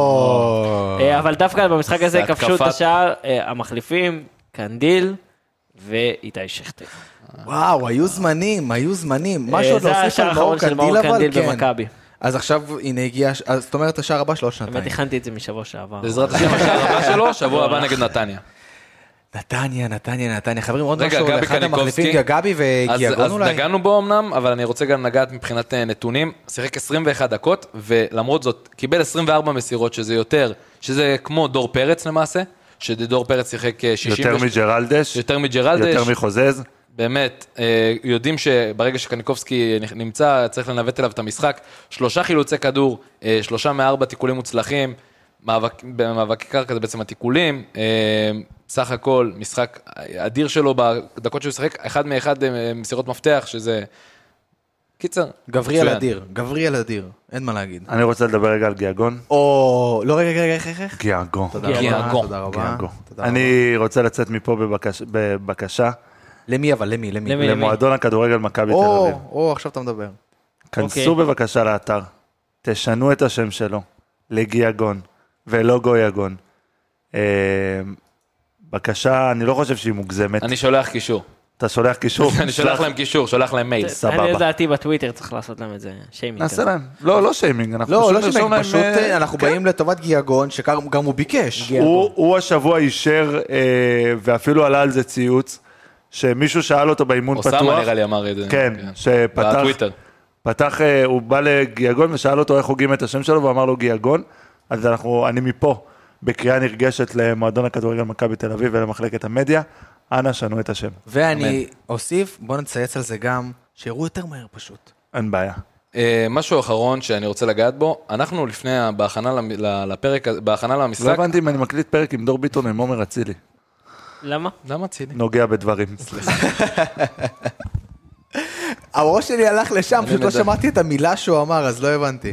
Speaker 1: או...
Speaker 7: אה, אבל דווקא במשחק הזה
Speaker 2: זה
Speaker 7: כבשו את
Speaker 2: התקפת-
Speaker 7: השער אה, המחליפים, קנדיל ואיתי שכטר.
Speaker 1: וואו, היו זמנים, היו זמנים. לא
Speaker 7: אה,
Speaker 1: משהו עוד
Speaker 7: זה
Speaker 1: להוסיף
Speaker 7: השער
Speaker 1: על מאור
Speaker 7: האחרון של מאור
Speaker 1: קנדיל, אבל
Speaker 7: קנדיל
Speaker 1: כן.
Speaker 7: במכבי.
Speaker 1: אז עכשיו, הנה הגיע, הש- אז זאת אומרת, השער הבא שלו עוד
Speaker 7: באמת
Speaker 1: שנתיים.
Speaker 7: הכנתי את זה משבוע שעבר.
Speaker 2: בעזרת השם, השער הבא שלו, שבוע הבא נגד נתניה.
Speaker 1: נתניה, נתניה, נתניה. חברים, עוד
Speaker 2: רגע,
Speaker 1: משהו,
Speaker 2: גבי
Speaker 1: לאחד
Speaker 2: קניקובסקי.
Speaker 1: המחליפים, גבי
Speaker 2: אז,
Speaker 1: וגיאגון
Speaker 2: אז
Speaker 1: אולי?
Speaker 2: נגענו בו אמנם, אבל אני רוצה גם לגעת מבחינת אה, נתונים. שיחק 21 דקות, ולמרות זאת קיבל 24 מסירות, שזה יותר, שזה כמו דור פרץ למעשה, שדור פרץ שיחק אה, 60...
Speaker 6: יותר מג'רלדש,
Speaker 2: יותר מג'רלדש.
Speaker 6: יותר מחוזז.
Speaker 2: באמת, אה, יודעים שברגע שקניקובסקי נמצא, צריך לנווט אליו את המשחק. שלושה חילוצי כדור, אה, שלושה מארבע תיקולים מוצלחים, מאבק- במאבקי קרקע זה בעצם התיקולים. אה, סך הכל, משחק אדיר שלו בדקות שהוא שיחק, אחד מאחד אה, מסירות מפתח, שזה קיצר.
Speaker 1: גבריאל
Speaker 2: מצוין.
Speaker 1: אדיר, גבריאל אדיר, אין מה להגיד.
Speaker 6: אני רוצה לדבר רגע על גיאגון.
Speaker 1: או... לא, רגע, רגע, איך, איך, איך?
Speaker 6: גיאגון.
Speaker 1: תודה
Speaker 2: גיאגון.
Speaker 1: רבה,
Speaker 2: גיאגון.
Speaker 1: תודה רבה.
Speaker 6: גיאגון.
Speaker 1: תודה רבה.
Speaker 6: כן, אני רוצה לצאת מפה בבקש- בבקשה
Speaker 1: למי אבל? למי? למי?
Speaker 7: למי?
Speaker 6: למועדון הכדורגל מכבי תל
Speaker 1: או,
Speaker 6: אביב.
Speaker 2: אוקיי.
Speaker 1: או, עכשיו אתה מדבר.
Speaker 6: כנסו בבקשה לאתר, תשנו את השם שלו לגיאגון ולא גויגון. אה, בקשה, אני לא חושב שהיא מוגזמת.
Speaker 2: אני שולח קישור.
Speaker 6: אתה שולח קישור?
Speaker 2: אני שולח להם קישור, שולח להם מייל.
Speaker 6: סבבה.
Speaker 7: אני לדעתי בטוויטר צריך לעשות להם את זה, שיימינג.
Speaker 6: נעשה להם. לא, לא שיימינג, אנחנו
Speaker 1: לא,
Speaker 6: פשוט
Speaker 1: לא
Speaker 6: נרשום
Speaker 1: שמעתי,
Speaker 6: להם,
Speaker 1: פשוט
Speaker 6: אה,
Speaker 1: אה, אנחנו
Speaker 6: כן.
Speaker 1: באים לטובת גיאגון, שגם גם הוא ביקש.
Speaker 6: הוא, הוא השבוע אישר, אה, ואפילו עלה על זה ציוץ, שמישהו שאל אותו באימון פתוח.
Speaker 2: אוסאמה נראה לי אמר את זה.
Speaker 6: כן, שפתח,
Speaker 2: בטוויטר.
Speaker 6: פתח, אה, הוא בא לגיאגון ושאל אותו איך הוגים את השם שלו, והוא אמר לו גיאגון. אז אנחנו, אני מפה בקריאה נרגשת למועדון הכדורגל מכבי תל אביב ולמחלקת המדיה, אנא שנו את השם,
Speaker 1: ואני אוסיף, בוא נצייץ על זה גם, שיראו יותר מהר פשוט.
Speaker 6: אין בעיה.
Speaker 2: אה, משהו אחרון שאני רוצה לגעת בו, אנחנו לפני, ה- בהכנה למ- ל- לפרק, הזה- בהכנה
Speaker 6: לא
Speaker 2: למשחק,
Speaker 6: הבנתי אם אני מקליט פרק עם דור ביטון או עם עומר אצילי,
Speaker 7: למה?
Speaker 6: אה,
Speaker 2: למה ציני?
Speaker 6: נוגע בדברים.
Speaker 1: הראש שלי הלך לשם, פשוט לא
Speaker 2: יודע.
Speaker 1: שמעתי את המילה שהוא אמר, אז לא הבנתי.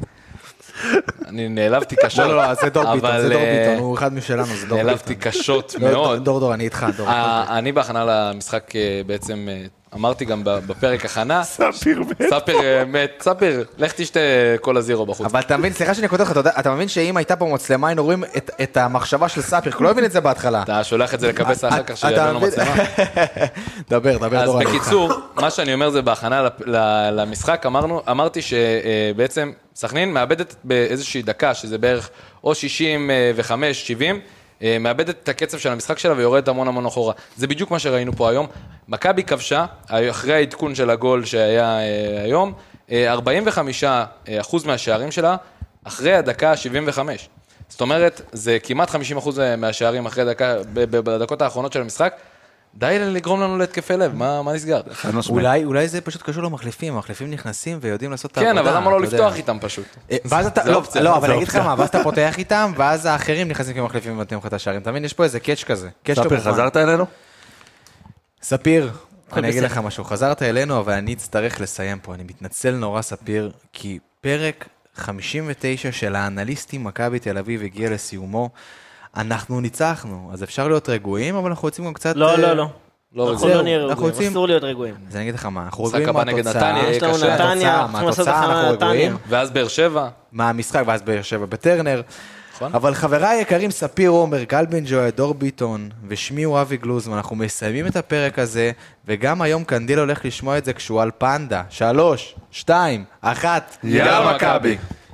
Speaker 2: אני נעלבתי קשות.
Speaker 1: לא, לא, זה דור ביטון, זה
Speaker 2: אבל,
Speaker 1: דור
Speaker 2: אה,
Speaker 1: ביטון, הוא אחד משלנו, זה דור ביטון.
Speaker 2: נעלבתי קשות
Speaker 1: לא, דור-
Speaker 2: מאוד.
Speaker 1: דור דור, אני איתך, דור.
Speaker 2: אה, אני בהכנה למשחק אה, בעצם, אה, אמרתי גם ב- בפרק הכנה,
Speaker 6: ספיר מת.
Speaker 2: ספיר אה, מת, ספיר, לך תשתה כל הזירו בחוץ.
Speaker 1: אבל אתה מבין, סליחה שאני כותב לך, אתה יודע- אתה מבין שאם הייתה פה מצלמה, היינו רואים את- את המחשבה של ספיר, כי הוא לא הבין את זה בהתחלה.
Speaker 2: אתה שולח את זה לקבס אחר
Speaker 1: אתה
Speaker 2: כך שיעלו לו
Speaker 1: מבין?
Speaker 2: מצלמה.
Speaker 1: דבר, דבר,
Speaker 2: אז
Speaker 1: דור, אני איתך.
Speaker 2: בקיצור, מה שאני אומר זה בהכנה לפ- ל- למשחק, אמרנו, אמרתי שבעצם סכנין מאבדת באיזושהי דקה, שזה בערך או 65, 70, אה, מאבדת את הקצב של המשחק שלה ויורדת המון המון אחורה. זה בדיוק מה שראינו פה היום. מכבי כבשה, אה, אחרי העדכון של הגול שהיה אה, היום, אה, 45 אה, אחוז מהשערים שלה, אחרי הדקה ה-75. זאת אומרת, זה כמעט 50 אחוז אה, מהשערים אחרי דקה, ב- ב- בדקות האחרונות של המשחק. די לגרום לנו להתקפי לב, מה מה נסגר?
Speaker 1: אולי אולי זה פשוט קשור למחליפים, המחליפים נכנסים ויודעים לעשות את העבודה.
Speaker 2: כן, אבל למה לא
Speaker 1: אתה יודע.
Speaker 2: לפתוח איתם פשוט?
Speaker 1: אה, ואז אתה,
Speaker 2: זה
Speaker 1: לא,
Speaker 2: אופציה,
Speaker 1: לא,
Speaker 2: זה
Speaker 1: אבל אני אגיד לך מה, ואז אתה פותח איתם, ואז האחרים נכנסים כמחליפים ונותנים לך את השערים. אתה מבין? יש פה איזה קאץ' כזה. קאץ' לא
Speaker 6: ספיר,
Speaker 1: מובן.
Speaker 6: חזרת אלינו?
Speaker 1: ספיר, אני אגיד
Speaker 7: בסדר.
Speaker 1: לך משהו. חזרת אלינו, אבל אני אצטרך לסיים פה. אני מתנצל נורא, ספיר, כי פרק 59 של האנליסטים מכבי תל אביב הגיע לסיומו. אנחנו ניצחנו, אז אפשר להיות רגועים, אבל אנחנו רוצים גם קצת... אה,
Speaker 7: לא, לא, לא.
Speaker 2: לא
Speaker 7: אנחנו
Speaker 1: זהו,
Speaker 7: לא נהיה
Speaker 1: אנחנו
Speaker 7: רגועים,
Speaker 1: רוצים-
Speaker 7: אסור להיות רגועים.
Speaker 1: אז אני אגיד לך מה, אנחנו
Speaker 2: משחק
Speaker 1: רגועים
Speaker 2: הבא נגד
Speaker 1: מהתוצאה.
Speaker 2: נתניה,
Speaker 7: יש לנו
Speaker 2: קשה.
Speaker 7: נתניה,
Speaker 1: מהתוצאה,
Speaker 7: אנחנו צריכים לעשות
Speaker 1: מהתוצאה
Speaker 7: הכנה
Speaker 1: אנחנו
Speaker 7: לנתניה.
Speaker 1: רגועים.
Speaker 2: ואז באר שבע,
Speaker 1: מהמשחק, ואז באר שבע בטרנר.
Speaker 2: נכון.
Speaker 1: אבל חבריי היקרים, ספיר עומר, גל בן ג'וי, דור ביטון, ושמי הוא אבי גלוזמן, אנחנו מסיימים את הפרק הזה, וגם היום קנדיל הולך לשמוע את זה כשהוא על פנדה. שלוש, שתיים, אחת,
Speaker 2: יאללה, מכבי.